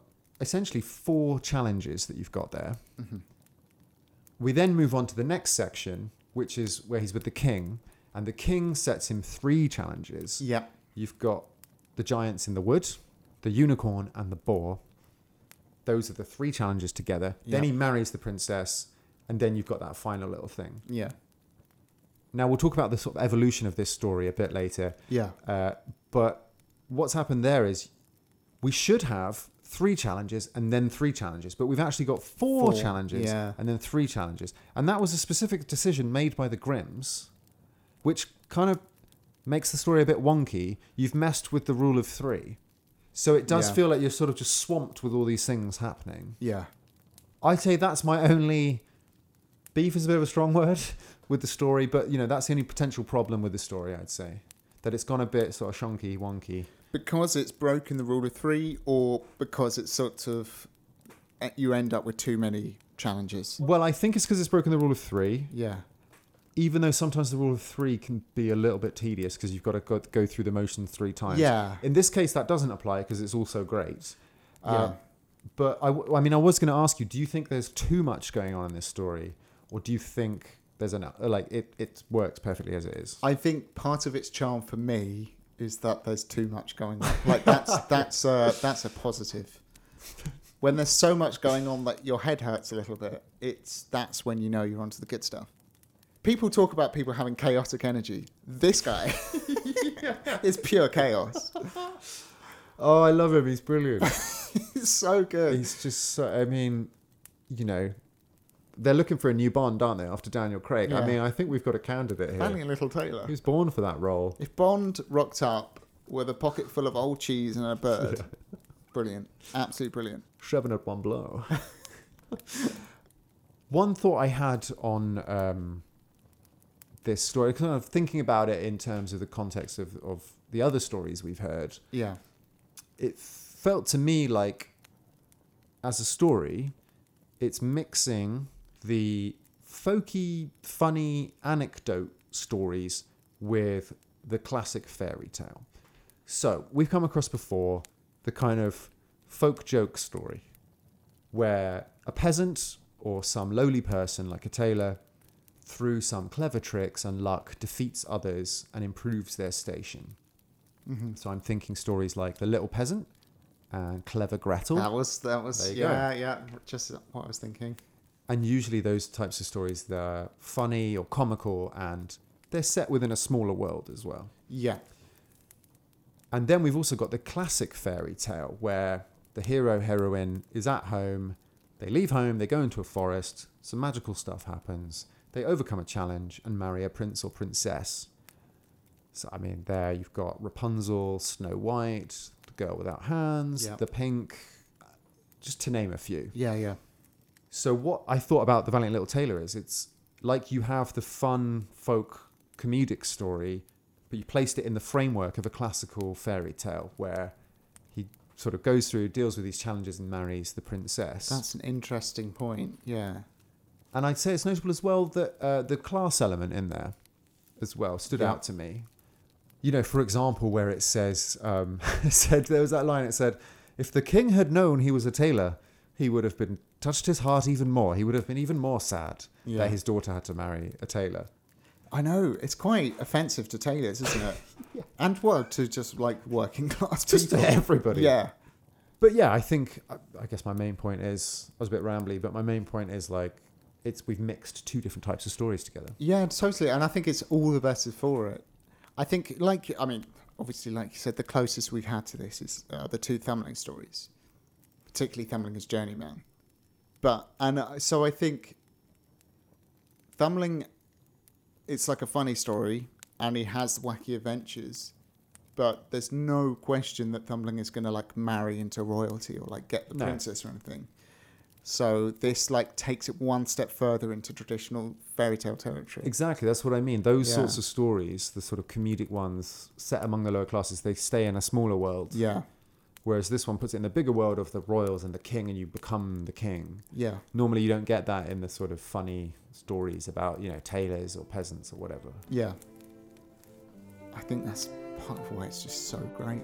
essentially four challenges that you've got there.
Mm-hmm.
We then move on to the next section, which is where he's with the king, and the king sets him three challenges.
Yep.
You've got the giants in the wood, the unicorn, and the boar. Those are the three challenges together. Then
Yeah.
he marries the princess, and then you've got that final little thing.
Yeah.
Now, we'll talk about the sort of evolution of this story a bit later,
Yeah.
uh, but what's happened there is we should have three challenges and then three challenges, but we've actually got four,
Four,
challenges
yeah.
and then three challenges. And that was a specific decision made by the Grims, which kind of makes the story a bit wonky. You've messed with the rule of three. So it does
Yeah.
feel like you're sort of just swamped with all these things happening.
Yeah.
I'd say that's my only beef is a bit of a strong *laughs* word with the story, but you know, that's the only potential problem with the story, I'd say. That it's gone a bit sort of shonky, wonky.
Because it's broken the rule of three, or because it's sort of eh, you end up with too many challenges.
Well, I think it's because it's broken the rule of three,
Yeah.
even though sometimes the rule of three can be a little bit tedious because you've got to go, go through the motions three times.
Yeah.
In this case, that doesn't apply because it's also great. Uh,
Yeah.
but I, w- I mean, I was going to ask you: Do you think there's too much going on in this story, or do you think there's enough? uh, Like it, it works perfectly as it is.
I think part of its charm for me is that there's too much going on. Like that's that's uh, that's a positive. When there's so much going on that your head hurts a little bit, it's that's when you know you're onto the good stuff. People talk about people having chaotic energy. This guy is pure chaos.
Oh, I love him. He's brilliant.
It's so
*laughs*
good.
He's just so. I mean, you know, they're looking for a new Bond, aren't they? After Daniel Craig. I
Yeah.
mean, I think we've got a candidate here.
Fanny and Little Taylor.
He was born for that role.
If Bond rocked up with a pocket full of old cheese and a bird, brilliant, absolutely brilliant.
Seven at one blow. *laughs* one thought I had on um, this story, kind of thinking about it in terms of the context of, of the other stories we've heard,
Yeah,
it felt to me like, as a story, it's mixing the folky, funny anecdote stories with the classic fairy tale. So we've come across before the kind of folk joke story where a peasant or some lowly person like a tailor, through some clever tricks and luck, defeats others and improves their station.
Mm-hmm.
So I'm thinking stories like The Little Peasant and Clever Gretel.
that was that was
There you
yeah yeah just what I was thinking.
And usually those types of stories, they're funny or comical and they're set within a smaller world as well.
Yeah,
And then we've also got the classic fairy tale where the hero heroine is at home, they leave home, they go into a forest, some magical stuff happens, they overcome a challenge and marry a prince or princess. So, I mean, there you've got Rapunzel, Snow White, the girl without hands,
Yeah.
the pink, just to name a few.
yeah, yeah,
So what I thought about the Valiant Little Tailor is it's like you have the fun folk comedic story, but you placed it in the framework of a classical fairy tale where he sort of goes through, deals with these challenges, and marries the princess.
That's an interesting point. Yeah,
and I'd say it's notable as well that uh, the class element in there as well stood
Yeah.
out to me. You know, for example, where it says, um, *laughs* it said there was that line. It said, "If the king had known he was a tailor, he would have been touched his heart even more. He would have been even more sad
Yeah.
that his daughter had to marry a tailor."
I know it's quite offensive to tailors,
*laughs*
isn't it? And well, to just like working *laughs* class
Just to
people.
*laughs* everybody.
Yeah,
But yeah, I think I- I guess my main point is I was a bit rambly, but my main point is like it's we've mixed two different types of stories together.
Yeah, totally. And I think it's all the better for it. I think, like, I mean, obviously, like you said, the closest we've had to this is uh, the two Thumbling stories, particularly Thumbling's Journeyman. But, and uh, so I think Thumbling, it's like a funny story, and he has wacky adventures. But there's no question that Thumbling is going to like marry into royalty or like get the
No.
princess or anything. So this like takes it one step further into traditional fairy tale territory.
Exactly, that's what I mean. Those
Yeah.
sorts of stories, the sort of comedic ones set among the lower classes, they stay in a smaller world.
Yeah,
Whereas this one puts it in the bigger world of the royals and the king, and you become the king.
yeah,
Normally, you don't get that in the sort of funny stories about, you know, tailors or peasants or whatever.
yeah. I think that's part of why it's just so great.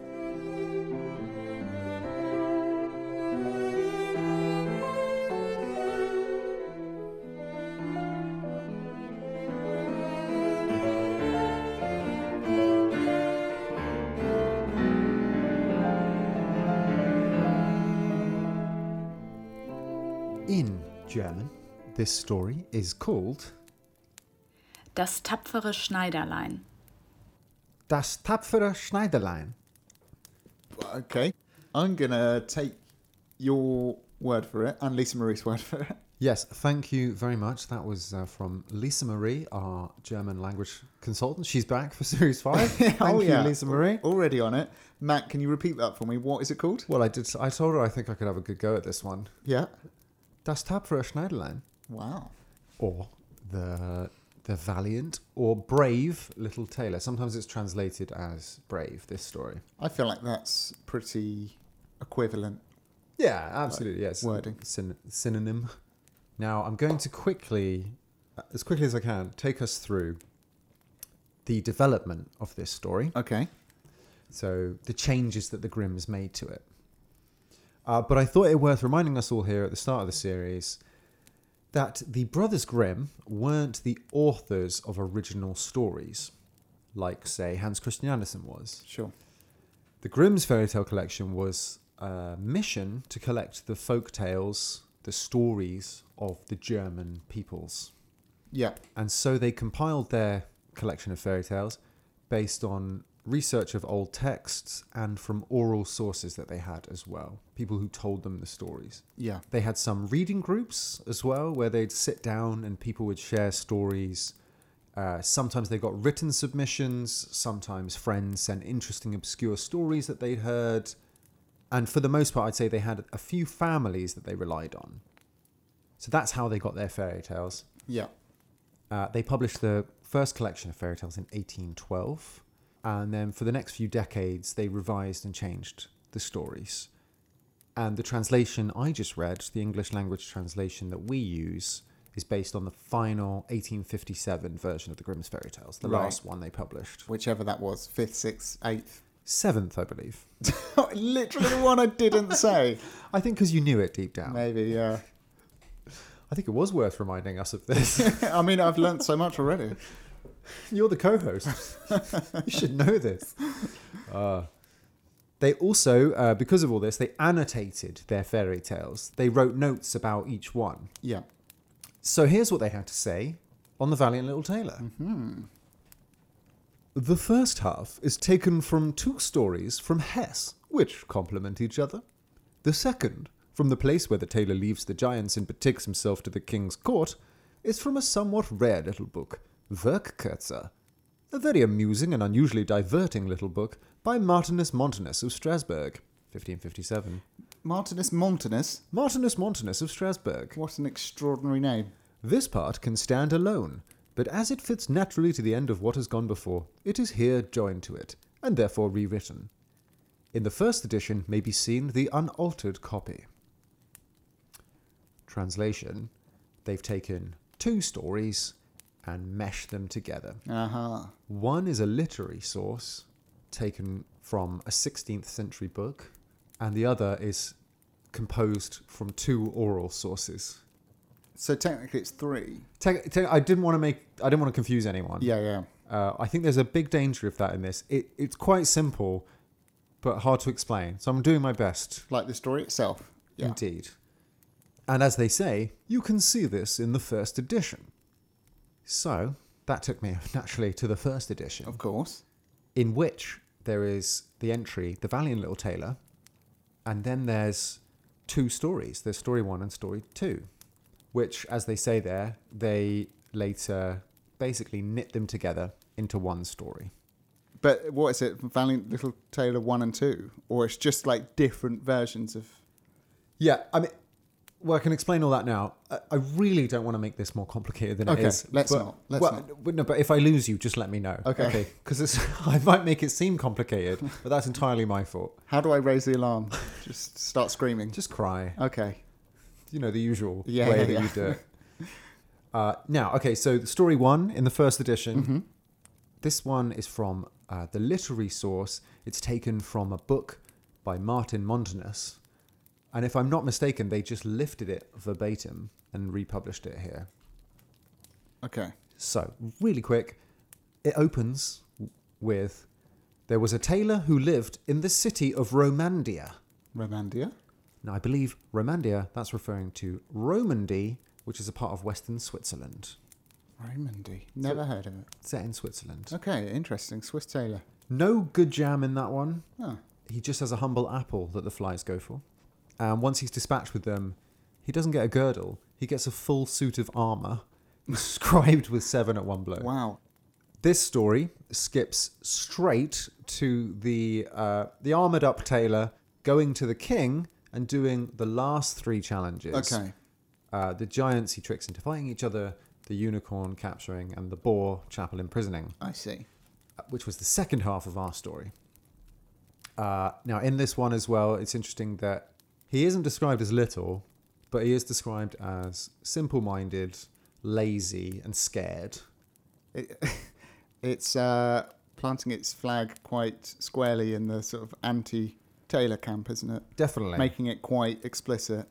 In German, this story is called
Das tapfere Schneiderlein.
Das tapfere Schneiderlein.
Okay, I'm gonna take your word for it and Lisa Marie's word for it.
Yes, thank you very much. That was uh, from Lisa Marie, our German language consultant. She's back for *laughs* series
*laughs*
five.
Oh,
Thank you, Lisa Marie.
Al- Already on it. Matt, can you repeat that for me? What is it called?
Well, I did. I told her I think I could have a good go at this one.
Yeah.
Das tapfere Schneiderlein,
Wow.
or the the valiant or brave little tailor. Sometimes it's translated as brave. This story.
I feel like that's pretty equivalent.
Yeah, absolutely. Yes,
wording.
Syn- synonym. Now I'm going to quickly, uh, as quickly as I can, take us through the development of this story.
Okay.
So the changes that the Grimms made to it. Uh, but I thought it worth reminding us all here at the start of the series that the Brothers Grimm weren't the authors of original stories, like, say, Hans Christian Andersen was.
Sure.
The Grimm's fairy tale collection was a mission to collect the folk tales, the stories of the German peoples.
Yeah.
And so they compiled their collection of fairy tales based on research of old texts and from oral sources that they had as well, people who told them the stories.
Yeah.
They had some reading groups as well, where they'd sit down and people would share stories. Uh, sometimes they got written submissions, sometimes friends sent interesting, obscure stories that they'd heard. And for the most part, I'd say they had a few families that they relied on. So that's how they got their fairy tales.
Yeah.
Uh, they published the first collection of fairy tales in 1812, and then for the next few decades, they revised and changed the stories. And the translation I just read, the English language translation that we use, is based on the final 1857 version of the Grimm's fairy tales, the
Right.
last one they published.
Whichever that was, fifth, sixth, eighth. *laughs*
Seventh, I believe.
Literally the one I
*laughs*
didn't say.
I think because you knew it deep down.
Maybe, yeah. *laughs*
I think it was worth reminding us of this.
I mean, I've learnt so much already.
You're the co-host. you should know this. Uh, they also, uh, because of all this, they annotated their fairy tales. They wrote notes about each one.
Yeah.
So here's what they had to say on the Valiant Little Tailor.
Hmm.
The first half is taken from two stories from Hess, which complement each other. The second, from the place where the tailor leaves the giants and betakes himself to the king's court, is from a somewhat rare little book, Werkkürzer, a very amusing and unusually diverting little book by Martinus Montanus of Strasbourg, 1557.
Martinus Montanus.
Martinus Montanus of Strasbourg.
What an extraordinary name.
This part can stand alone, but as it fits naturally to the end of what has gone before, it is here joined to it, and therefore rewritten. In the first edition may be seen the unaltered copy. Translation They've taken two stories and meshed them together.
Uh huh.
One is a literary source taken from a 16th century book, and the other is composed from two oral sources.
So technically it's three.
Te- te- I didn't want to make. I didn't want to confuse anyone.
Yeah, yeah.
Uh, I think there's a big danger of that in this. It, it's quite simple, but hard to explain. So I'm doing my best.
Like the story itself. Yeah.
Indeed. And as they say, you can see this in the first edition. So that took me *laughs* naturally to the first edition
Of course.
in which there is the entry, The Valiant Little Tailor, and then there's two stories. There's story one and story two, which, as they say there, they later basically knit them together into one story.
But what is it? Valiant Little Tailor 1 and 2? Or it's just like different versions of.
Yeah, I mean, well, I can explain all that now. I, I really don't want to make this more complicated than
Okay,
it is.
let's
but,
not, let's
well,
not.
but no, but if I lose you, just let me know.
Okay.
Because *laughs* I might make it seem complicated, but that's entirely my fault.
How do I raise the alarm? Just
*laughs*
start screaming.
Just cry.
Okay.
you know the usual
Yeah,
way
yeah,
that
yeah.
you do it.
*laughs*
Uh, now, okay, so the story one in the first edition.
Mm-hmm.
This one is from uh, the literary source. It's taken from a book by Martin Montanus, and if I'm not mistaken, they just lifted it verbatim and republished it here.
Okay.
So, really quick, it opens with there was a tailor who lived in the city of Romandia.
Romandia?
Now, I believe Romandia, that's referring to Romandy, which is a part of Western Switzerland.
Romandy. Never heard of it.
Set in Switzerland.
Okay, interesting. Swiss tailor.
No good jam in that one.
Oh.
He just has a humble apple that the flies go for. And once he's dispatched with them, he doesn't get a girdle. He gets a full suit of armor, *laughs* inscribed with seven at one blow.
Wow.
This story skips straight to the uh, the armored up tailor going to the king and doing the last three challenges.
Okay.
Uh, the giants he tricks into fighting each other, the unicorn capturing, and the boar chapel imprisoning
I see.
which was the second half of our story. Uh, now, in this one as well, it's interesting that he isn't described as little, but he is described as simple minded, lazy, and scared.
It, it's uh, planting its flag quite squarely in the sort of anti Taylor camp, isn't it?
Definitely.
Making it quite explicit.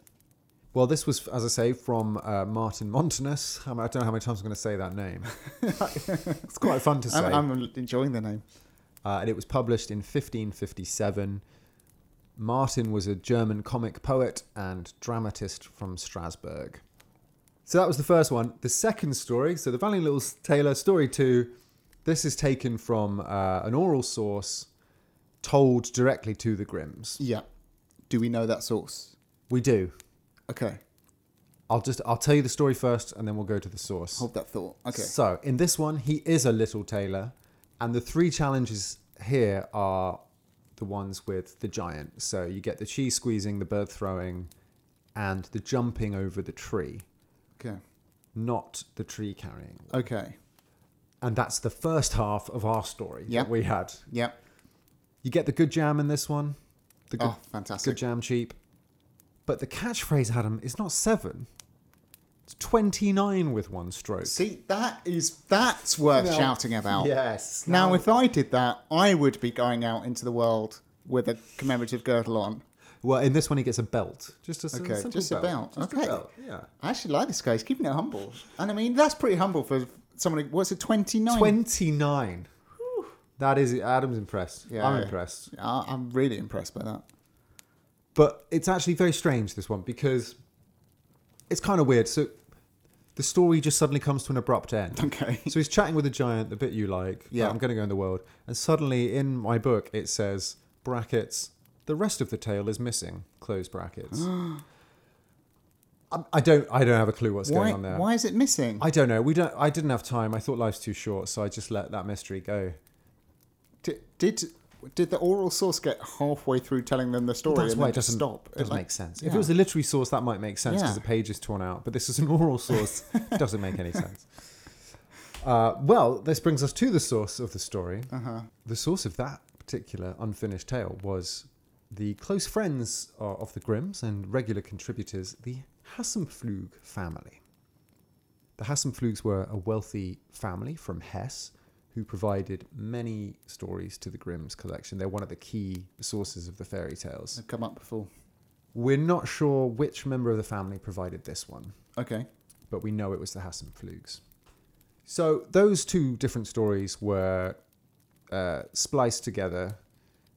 well, this was, as I say, from uh, Martin Montanus. *laughs* Um, I don't know how many times I'm going to say that name. *laughs* it's quite fun *laughs* to say.
I'm, I'm enjoying the name.
uh, and it was published in 1557. Martin was a German comic poet and dramatist from Strasbourg. So that was the first one. The second story, so the Valiant Little Tailor story two, this is taken from uh, an oral source told directly to the Grimms.
Yeah. Do we know that source?
We do.
Okay.
I'll just I'll tell you the story first, and then we'll go to the source.
Hold that thought. Okay.
So in this one, he is a little tailor, and the three challenges here are the ones with the giant. So you get the cheese squeezing, the bird throwing, and the jumping over the tree,
Okay.
not the tree carrying.
Okay.
And that's the first half of our story
Yep.
that we had.
Yep.
You get the good jam in this one, the good,
Oh, fantastic.
good jam cheap. But the catchphrase, Adam, is not seven. It's 29 with one stroke.
See, that is that's worth shouting about.
Yes.
Now, if I did that, I would be going out into the world with a commemorative girdle on.
Well, in this one, he gets a belt. Just a s-
Okay,
simple
just a
belt.
belt.
Just a
Okay.
belt, Yeah.
I actually like this guy. He's keeping it humble, and I mean that's pretty humble for someone. who- What's a twenty nine?
Twenty-nine. That is. Adam's impressed.
Yeah.
I'm impressed.
I'm really impressed by that.
But it's actually very strange this one because it's kind of weird. So the story just suddenly comes to an abrupt end.
Okay.
*laughs*
*laughs*
So he's chatting with a giant, the bit you like.
Yeah.
"Oh, I'm going to go in the world, and suddenly in my book it says brackets. The rest of the tale is missing. Close *gasps* brackets. I- I don't. I don't have a clue what's
Why?
going on there.
Why is it missing?
I don't know. We don't. I didn't have time. I thought life's too short, so I just let that mystery go.
D- did did the oral source get halfway through telling them the story
That's
and
why
then
it doesn't
stop? It,
Doesn't
like-
make sense. If
yeah.
it was a literary source, that might make sense because
Yeah.
the page is torn out. But this is an oral source. *laughs* It doesn't make any sense. Uh, well, this brings us to the source of the story.
Uh-huh.
The source of that particular unfinished tale was the close friends uh, of the Grimms and regular contributors, the Hassenpflug family. The Hassenpflugs were a wealthy family from Hesse who provided many stories to the Grimm's collection. They're one of the key sources of the fairy tales.
They've come up before.
We're not sure which member of the family provided this one
Okay.
but we know it was the Hassenpflugs. So those two different stories were uh, spliced together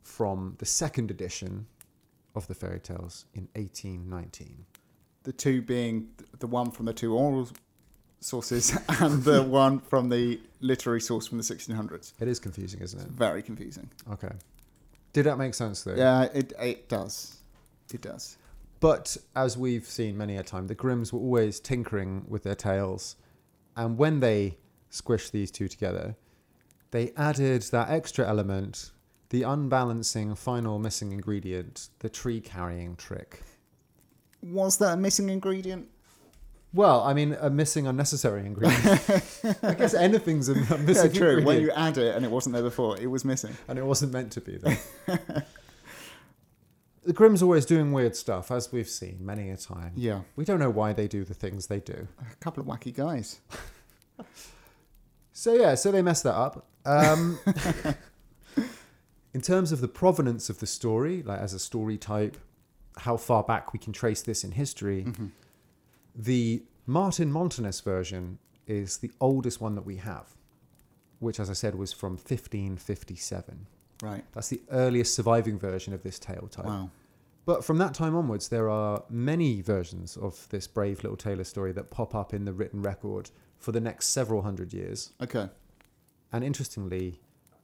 from the second edition of the fairy tales in 1819.
The two being th- the one from the two oral sources *laughs* and
*laughs*
the one from the literary source from the 1600s.
It is confusing, isn't
It's
it?
very confusing.
Okay. Did that make sense though?
Yeah, it it does. It does.
But as we've seen many a time, the Grimms were always tinkering with their tales. And when they squished these two together, they added that extra element, the unbalancing final missing ingredient, the tree carrying trick.
Was that a missing ingredient?
Well, I mean, a missing unnecessary ingredient. I
*laughs*
guess anything's a a
Yeah,
missing
true. When
ingredient.
you add it and it wasn't there before, it was missing.
and it wasn't meant to be though. the Grimm's always doing weird stuff, as we've seen many a time.
Yeah.
We don't know why they do the things they do.
A couple of wacky guys.
So yeah, so they messed that up. Um, *laughs* in terms of the provenance of the story, like as a story type, how far back we can trace this in history, the Martin Montanus version is the oldest one that we have, which, as I said, was from 1557.
Right.
That's the earliest surviving version of this tale type.
Wow.
But from that time onwards, there are many versions of this brave little tailor story that pop up in the written record for the next several hundred years.
Okay.
And interestingly,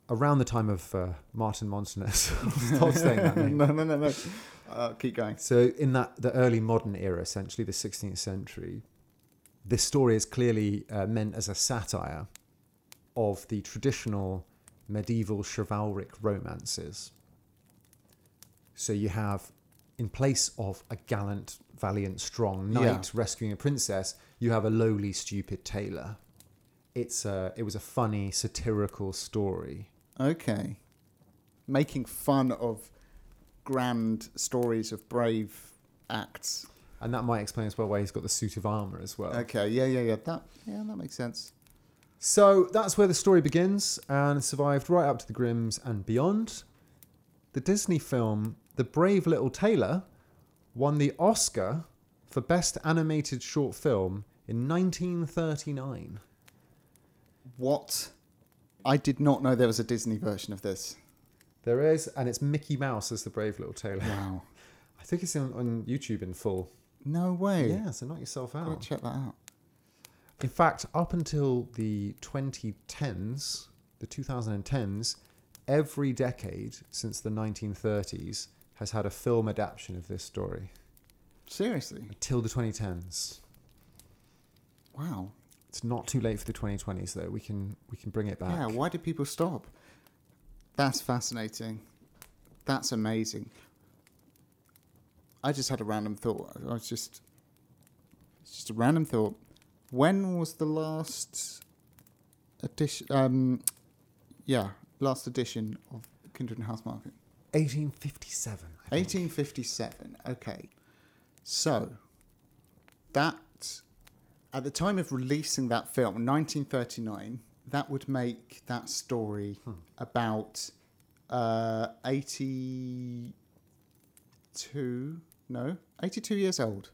around the time of uh, Martin Montanus. *laughs* Stop saying that name.
*laughs* no, no, no, *laughs* no. Uh, keep going.
So in that the early modern era, essentially the 16th century, this story is clearly uh, meant as a satire of the traditional medieval chivalric romances. So you have, in place of a gallant, valiant, strong knight
Yeah.
rescuing a princess, you have a lowly, stupid tailor. It's a, it was a funny, satirical story.
Okay. Making fun of grand stories of brave acts.
And that might explain as well why he's got the suit of armour as well.
Okay, yeah, yeah, yeah. That yeah, that makes sense.
So that's where the story begins and survived right up to the Grimms and beyond. The Disney film The Brave Little Tailor won the Oscar for Best Animated Short Film in 1939.
What? I did not know there was a Disney version of *laughs* this.
There is, and it's Mickey Mouse as the Brave Little Tailor.
Wow.
I think it's on, on YouTube in full.
No way.
Yeah, so knock yourself
Gotta
out.
check that out.
In fact, up until the 2010s, the 2010s, every decade since the 1930s has had a film adaptation of this story
Seriously.
until the 2010s.
Wow.
It's not too late for the 2020s though. We can we can bring it back.
Yeah, why do people stop? That's fascinating. That's amazing. I just had a random thought. I was just it's just a random thought. When was the last edition um yeah, last edition of Kindred and House Market?
1857. I think.
1857. Okay. So, that, at the time of releasing that film, 1939, that would make that story about uh, 82, no, 82 years old.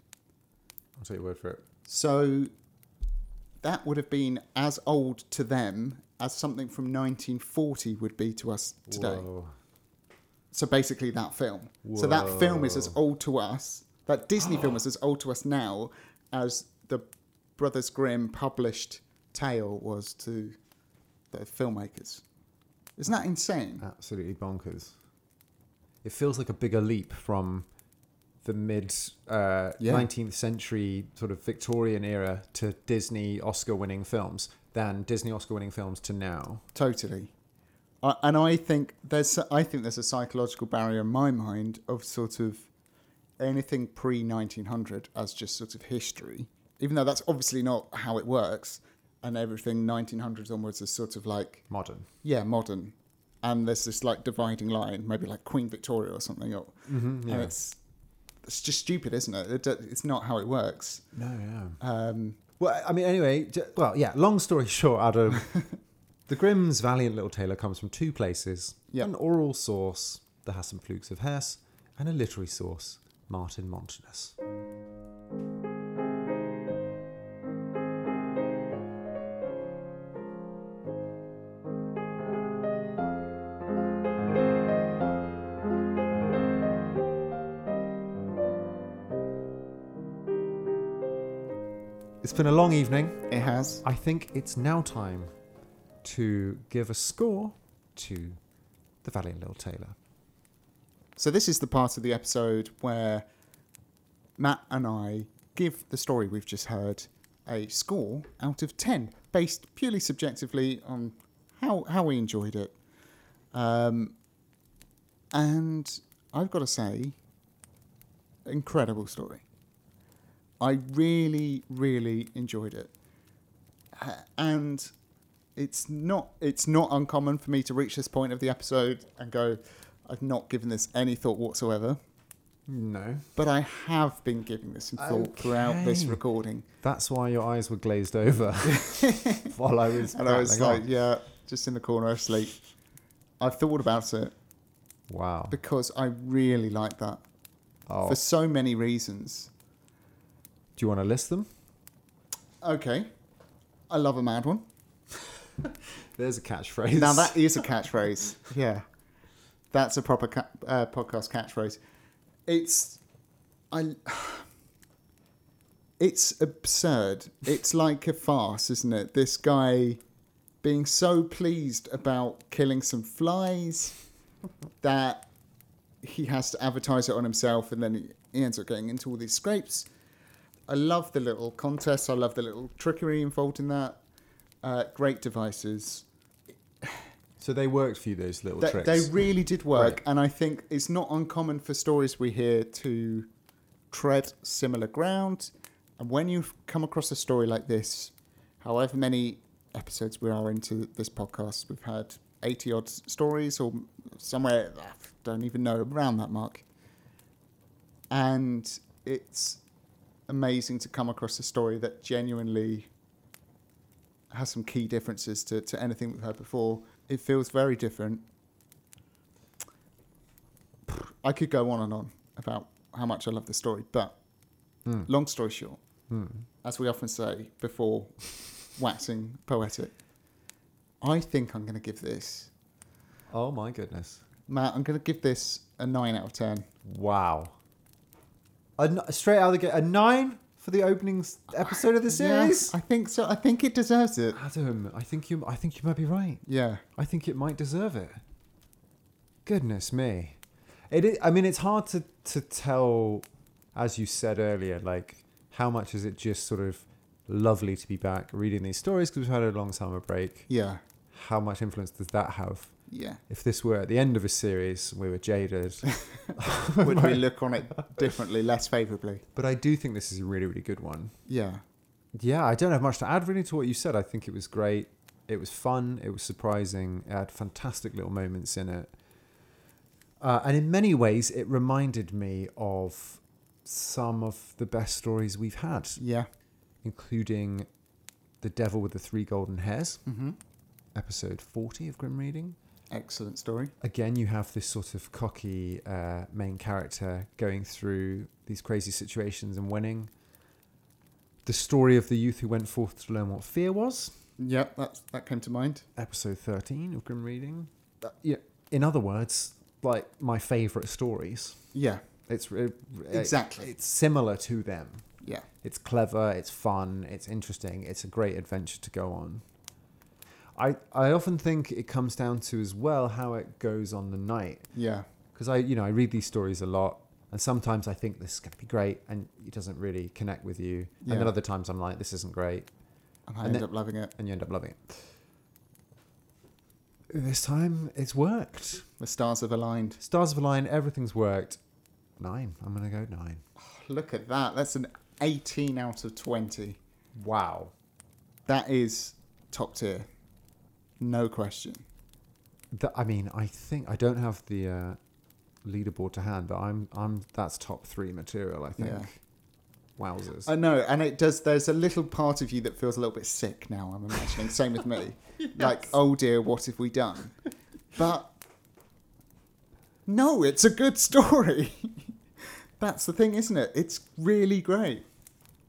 I'll take your word for it.
So, that would have been as old to them as something from 1940 would be to us today.
Whoa.
So basically, that film. So that film is as old to us. That Disney film is as old to us now as the Brothers Grimm published tale was to the filmmakers. Isn't that insane?
Absolutely bonkers. It feels like a bigger leap from the mid uh,
Yeah.
19th century sort of Victorian era to Disney Oscar winning films than Disney Oscar winning films to now.
Totally. I, and I think there's I think there's a psychological barrier in my mind of sort of anything pre 1900 as just sort of history, even though that's obviously not how it works. And everything 1900s onwards is sort of like
Modern.
yeah, modern. And there's this like dividing line, maybe like Queen Victoria or something. Or,
Mm-hmm,
And it's it's just stupid, isn't it? it? do- It's not how it works.
No, yeah.
Um,
Well, I mean, anyway, j- well, yeah, long story *laughs* short, Adam, the Grimm's Valiant Little Tailor comes from two places
Yeah.
an oral source, the Hassenplugs of Hesse, and a literary source, Martin Montanus. It's been a long evening.
it has.
I think it's now time to give a score to the Valiant Little Tailor.
So this is the part of the episode where Matt and I give the story we've just heard a score out of ten, based purely subjectively on how how we enjoyed it. Um, and I've got to say, incredible story. I really, really enjoyed it, Uh, and it's not it's not uncommon for me to reach this point of the episode and go, I've not given this any thought whatsoever,
No.
but I have been giving this some thought throughout this
Okay.
recording,
That's why your eyes were glazed
*laughs*
over while I was.
and I was
prattling
like,
on.
yeah, just in the corner asleep. I've thought about it
wow.
because I really like that
Oh.
for so many reasons.
Do you want to list them?
Okay, I love a mad one.
There's a catchphrase.
Now that is a catchphrase. yeah, that's a proper ca- uh, podcast catchphrase. It's, I. *sighs* It's absurd. It's like a farce, isn't it? This guy being so pleased about killing some flies that he has to advertise it on himself and then he, he ends up getting into all these scrapes. I love the little contests, I love the little trickery involved in that. Uh, great devices.
So they worked for you those little
They,
tricks.
they really did work, and I think it's not uncommon for stories we hear to tread similar ground. And when you come across a story like this, however many episodes we are into this podcast, we've had 80 odd stories or somewhere, I don't even know, around that mark. And it's amazing to come across a story that genuinely has some key differences to, to anything we've heard before. It feels very different. I could go on and on about how much I love the story, but long story short, as we often say before waxing poetic, I think I'm going to give this,
oh my goodness!
Matt, I'm going to give this a 9 out of 10.
Wow. A n- straight out of the gate, a nine for the opening s- episode of the series.
Yeah, I think so. I think it deserves it.
Adam, I think you. I think you might be right.
Yeah.
I think it might deserve it. Goodness me. It is, I mean it's hard to to tell as you said earlier like how much is it just sort of lovely to be back reading these stories because we've had a long summer break.
Yeah.
How much influence does that have?
Yeah.
If this were at the end of a series, we were jaded.
*laughs* Would we look on it differently, less favourably?
but I do think this is a really really good one.
Yeah.
Yeah, I don't have much to add really to what you said. I think it was great. It was fun. It was surprising. It had fantastic little moments in it. Uh, and in many ways, it reminded me of some of the best stories we've had,
Yeah.
including The Devil with the Three Golden Hairs,
Mm-hmm.
episode 40 of Grim Reading.
Excellent story.
Again, you have this sort of cocky uh, main character going through these crazy situations and winning. The story of the youth who went forth to learn what fear was.
Yep, that's, that came to mind.
episode 13 of Grim Reading. Uh, yeah. In other words, like my favourite stories.
Yeah,
It's re- re-
Exactly.
it's similar to them.
yeah.
It's clever, it's fun, it's interesting, it's a great adventure to go on. I, I often think it comes down to as well how it goes on the night
Yeah,
because I you know I read these stories a lot and sometimes I think this is going to be great and it doesn't really connect with you and then
Yeah.
other times I'm like this isn't great
and
And
I ended
then-
up loving it.
and you end up loving it. This time it's worked.
The stars have aligned.
Stars have aligned, everything's worked. Nine. I'm gonna go nine.
Look at that. That's an 18 out of 20.
Wow.
That is top tier. No question.
Th I mean, I think I don't have the uh, leaderboard to hand, but I'm I'm that's top three material. I think.
Yeah.
Wowzers.
I know, and it does. There's a little part of you that feels a little bit sick now, I'm imagining. Same with me. Like, oh dear, what have we done? But no, it's a good story. *laughs* That's the thing, isn't it? It's really great.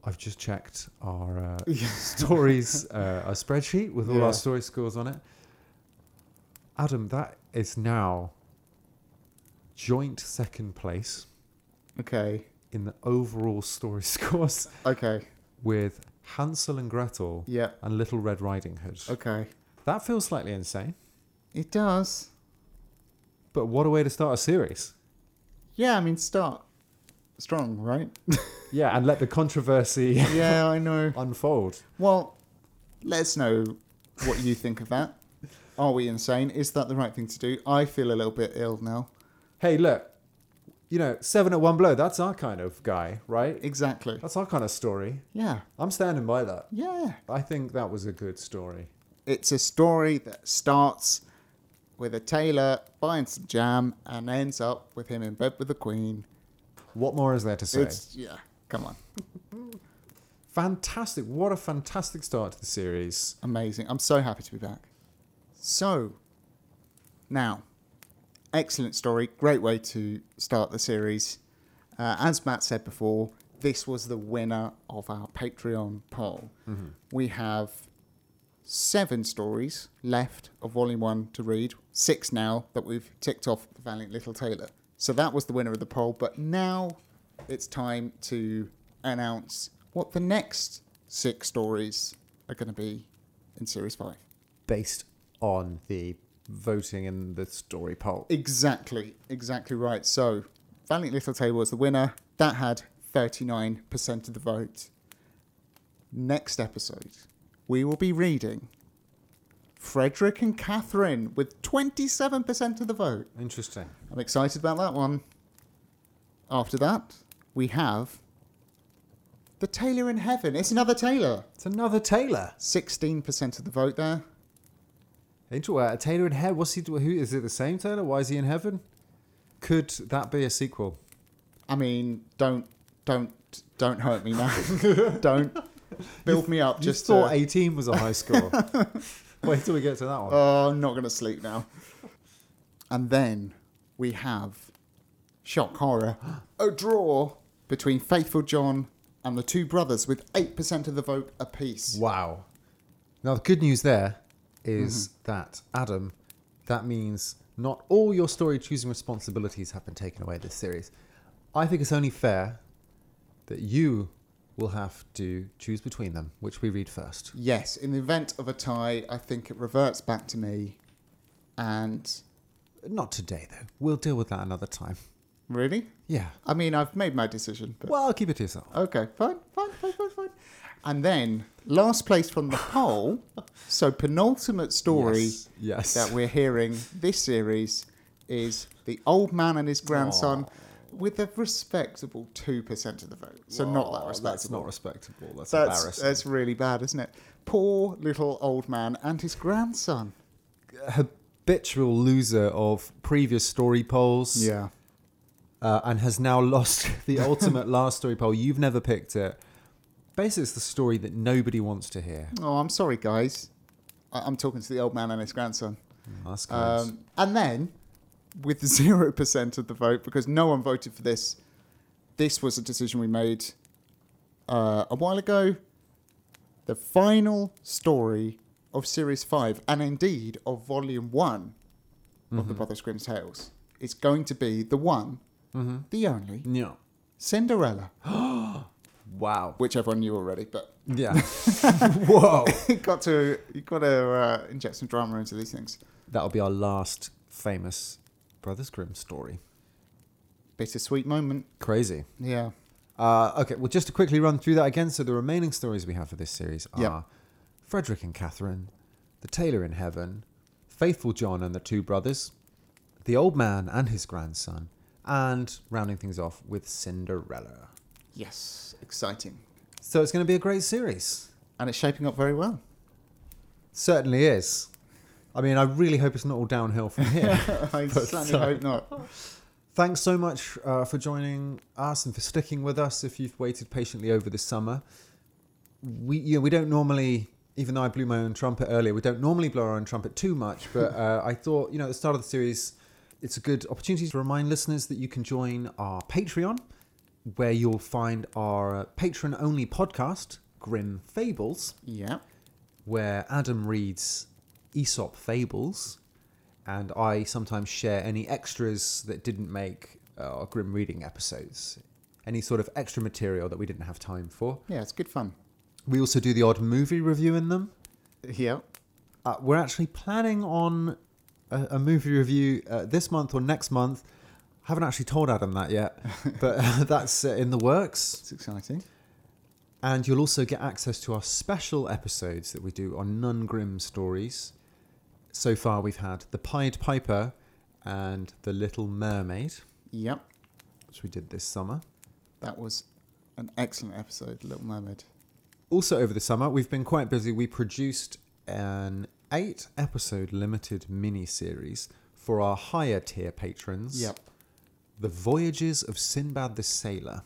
I've just checked our uh, *laughs* stories, uh, our spreadsheet with all
Yeah.
our story scores on it. Adam, that is now joint second place
Okay.
in the overall story *laughs* scores
Okay.
with Hansel and Gretel
Yeah.
and Little Red Riding Hood.
Okay.
That feels slightly insane,
It does.
but what a way to start a series.
Yeah, I mean, start strong, right?
Yeah, and let the controversy *laughs*
yeah, I know.
unfold.
Well, let us know what you think of that. Are we insane? Is that the right thing to do? I feel a little bit ill now.
Hey, look, you know, seven at one blow, that's our kind of guy, right?
Exactly.
That's our kind of story.
Yeah.
I'm standing by that.
Yeah.
I think that was a good story.
It's a story that starts with a tailor buying some jam and ends up with him in bed with the queen.
What more is there to say?
It's, yeah, come on.
Fantastic. What a fantastic start to the series.
Amazing. I'm so happy to be back. So, now, excellent story. Great way to start the series. Uh, as Matt said before, this was the winner of our Patreon poll. We have seven stories left of Volume 1 to read, six now that we've ticked off The Valiant Little Tailor. So that was the winner of the poll, but now it's time to announce what the next six stories are going to be in Series 5.
based on the voting in the story poll.
Exactly, exactly right. So, Valiant Little Table is the winner. That had 39% of the vote. Next episode, we will be reading Frederick and Catherine with 27% of the vote.
Interesting.
I'm excited about that one. After that, we have The Tailor in Heaven. It's another Taylor.
It's another Taylor.
16% of the vote there.
Into uh, a Taylor in heaven. What's he? Who is it? The same Taylor? Why is he in heaven? Could that be a sequel?
I mean, don't, don't, don't hurt me now. *laughs* don't build me up.
You
Just
just thought
to-
eighteen was a high score. *laughs* Uh, Wait till we get to that one.
Oh, I'm not going to sleep now. And then we have shock horror, a draw between Faithful John and the two brothers with 8% of the vote apiece.
Wow. Now the good news there is that Adam, that means not all your story choosing responsibilities have been taken away this series. I think it's only fair that you will have to choose between them, which we read first.
Yes, in the event of a tie, I think it reverts back to me. And
Not today though. We'll deal with that another time.
really?
Yeah.
I mean, I've made my decision. But
Well, keep it to yourself.
Okay, fine, fine, fine, fine, fine. And then last place from
*laughs*
the poll, so penultimate story
Yes, yes. *laughs*
that we're hearing this series is the old man and his grandson with a respectable two percent of the vote. So not that
Oh,
respectable.
That's not respectable. That's,
That's
embarrassing.
that's really bad, isn't it? Poor little old man and his grandson.
Habitual loser of previous story polls. uh, and has now *laughs* lost the
*laughs*
ultimate last story poll. You've never picked it. Basically, it's the story that nobody wants to hear.
Oh, I'm sorry, guys. I- I'm talking to the old man and his grandson.
That's close.
Um, and then, with *laughs* zero percent of the vote, because no one voted for this, this was a decision we made uh, a while ago. The final story of series five, and indeed of volume one of the Brothers Grimm's Tales, is going to be the one, the only
no.
Cinderella,
Wow.
*laughs* which everyone knew already, but *laughs*
Yeah. Whoa.
you got to you got to uh, inject some drama into these things.
That'll be our last famous Brothers Grimm story.
Bittersweet moment,
Crazy.
yeah.
Uh, okay, well, just to quickly run through that again. So, the remaining stories we have for this series are
Yep.
Frederick and Catherine, The Tailor in Heaven, Faithful John and the Two Brothers, The Old Man and His Grandson, and rounding things off with Cinderella.
Yes, exciting.
So it's going to be a great series.
and it's shaping up very well.
Certainly is. I mean, I really hope it's not all downhill from here.
*laughs* I
But,
certainly
uh,
hope not.
Thanks so much uh, for joining us and for sticking with us. If you've waited patiently over the summer, we you know, we don't normally, even though I blew my own trumpet earlier, we don't normally blow our own trumpet too much. But uh, I thought, you know, at the start of the series, it's a good opportunity to remind listeners that you can join our Patreon, where you'll find our patron-only podcast, Grim Fables.
Yeah.
where Adam reads Aesop fables, and I sometimes share any extras that didn't make uh, our grim reading episodes, any sort of extra material that we didn't have time for.
Yeah, it's good fun.
We also do the odd movie review in them.
Yeah.
Uh, we're actually planning on a, a movie review uh, this month or next month. Haven't actually told Adam that yet, but *laughs* uh, that's uh, in the works.
It's exciting.
And you'll also get access to our special episodes that we do on non grim stories. So far, we've had The Pied Piper and The Little Mermaid,
Yep.
which we did this summer.
That was an excellent episode, Little Mermaid.
Also, over the summer, we've been quite busy. We produced an eight episode limited mini series for our higher tier patrons The Voyages of Sinbad the Sailor.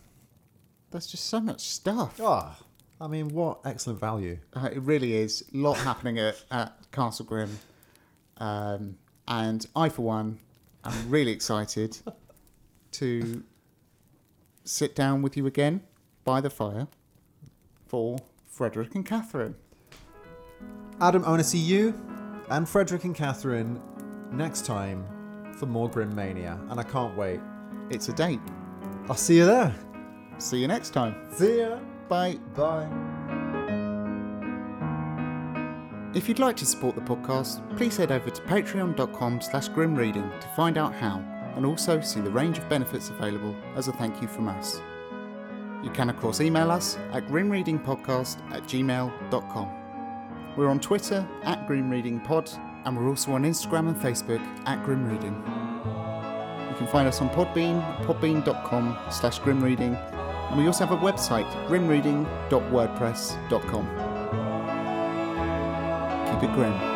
That's just so much stuff.
Ah, I mean, what excellent value!
Uh, it really is. A lot happening at, at Castle Grim. Um, and I, for one, am really excited to sit down with you again by the fire for Frederick and Catherine.
Adam, I want to see you and Frederick and Catherine next time for more Grim Mania, and I can't wait.
It's a date.
I'll see you there.
See you next time.
See ya.
Bye.
Bye.
If you'd like to support the podcast, please head over to patreon.com slash grimreading to find out how, and also see the range of benefits available as a thank you from us. You can of course email us at grimreadingpodcast at gmail.com. We're on Twitter at grimreadingpod, and we're also on Instagram and Facebook at grimreading. You can find us on Podbean, podbean.com slash grimreading, and we also have a website, grimreading.wordpress.com. Keep it grim.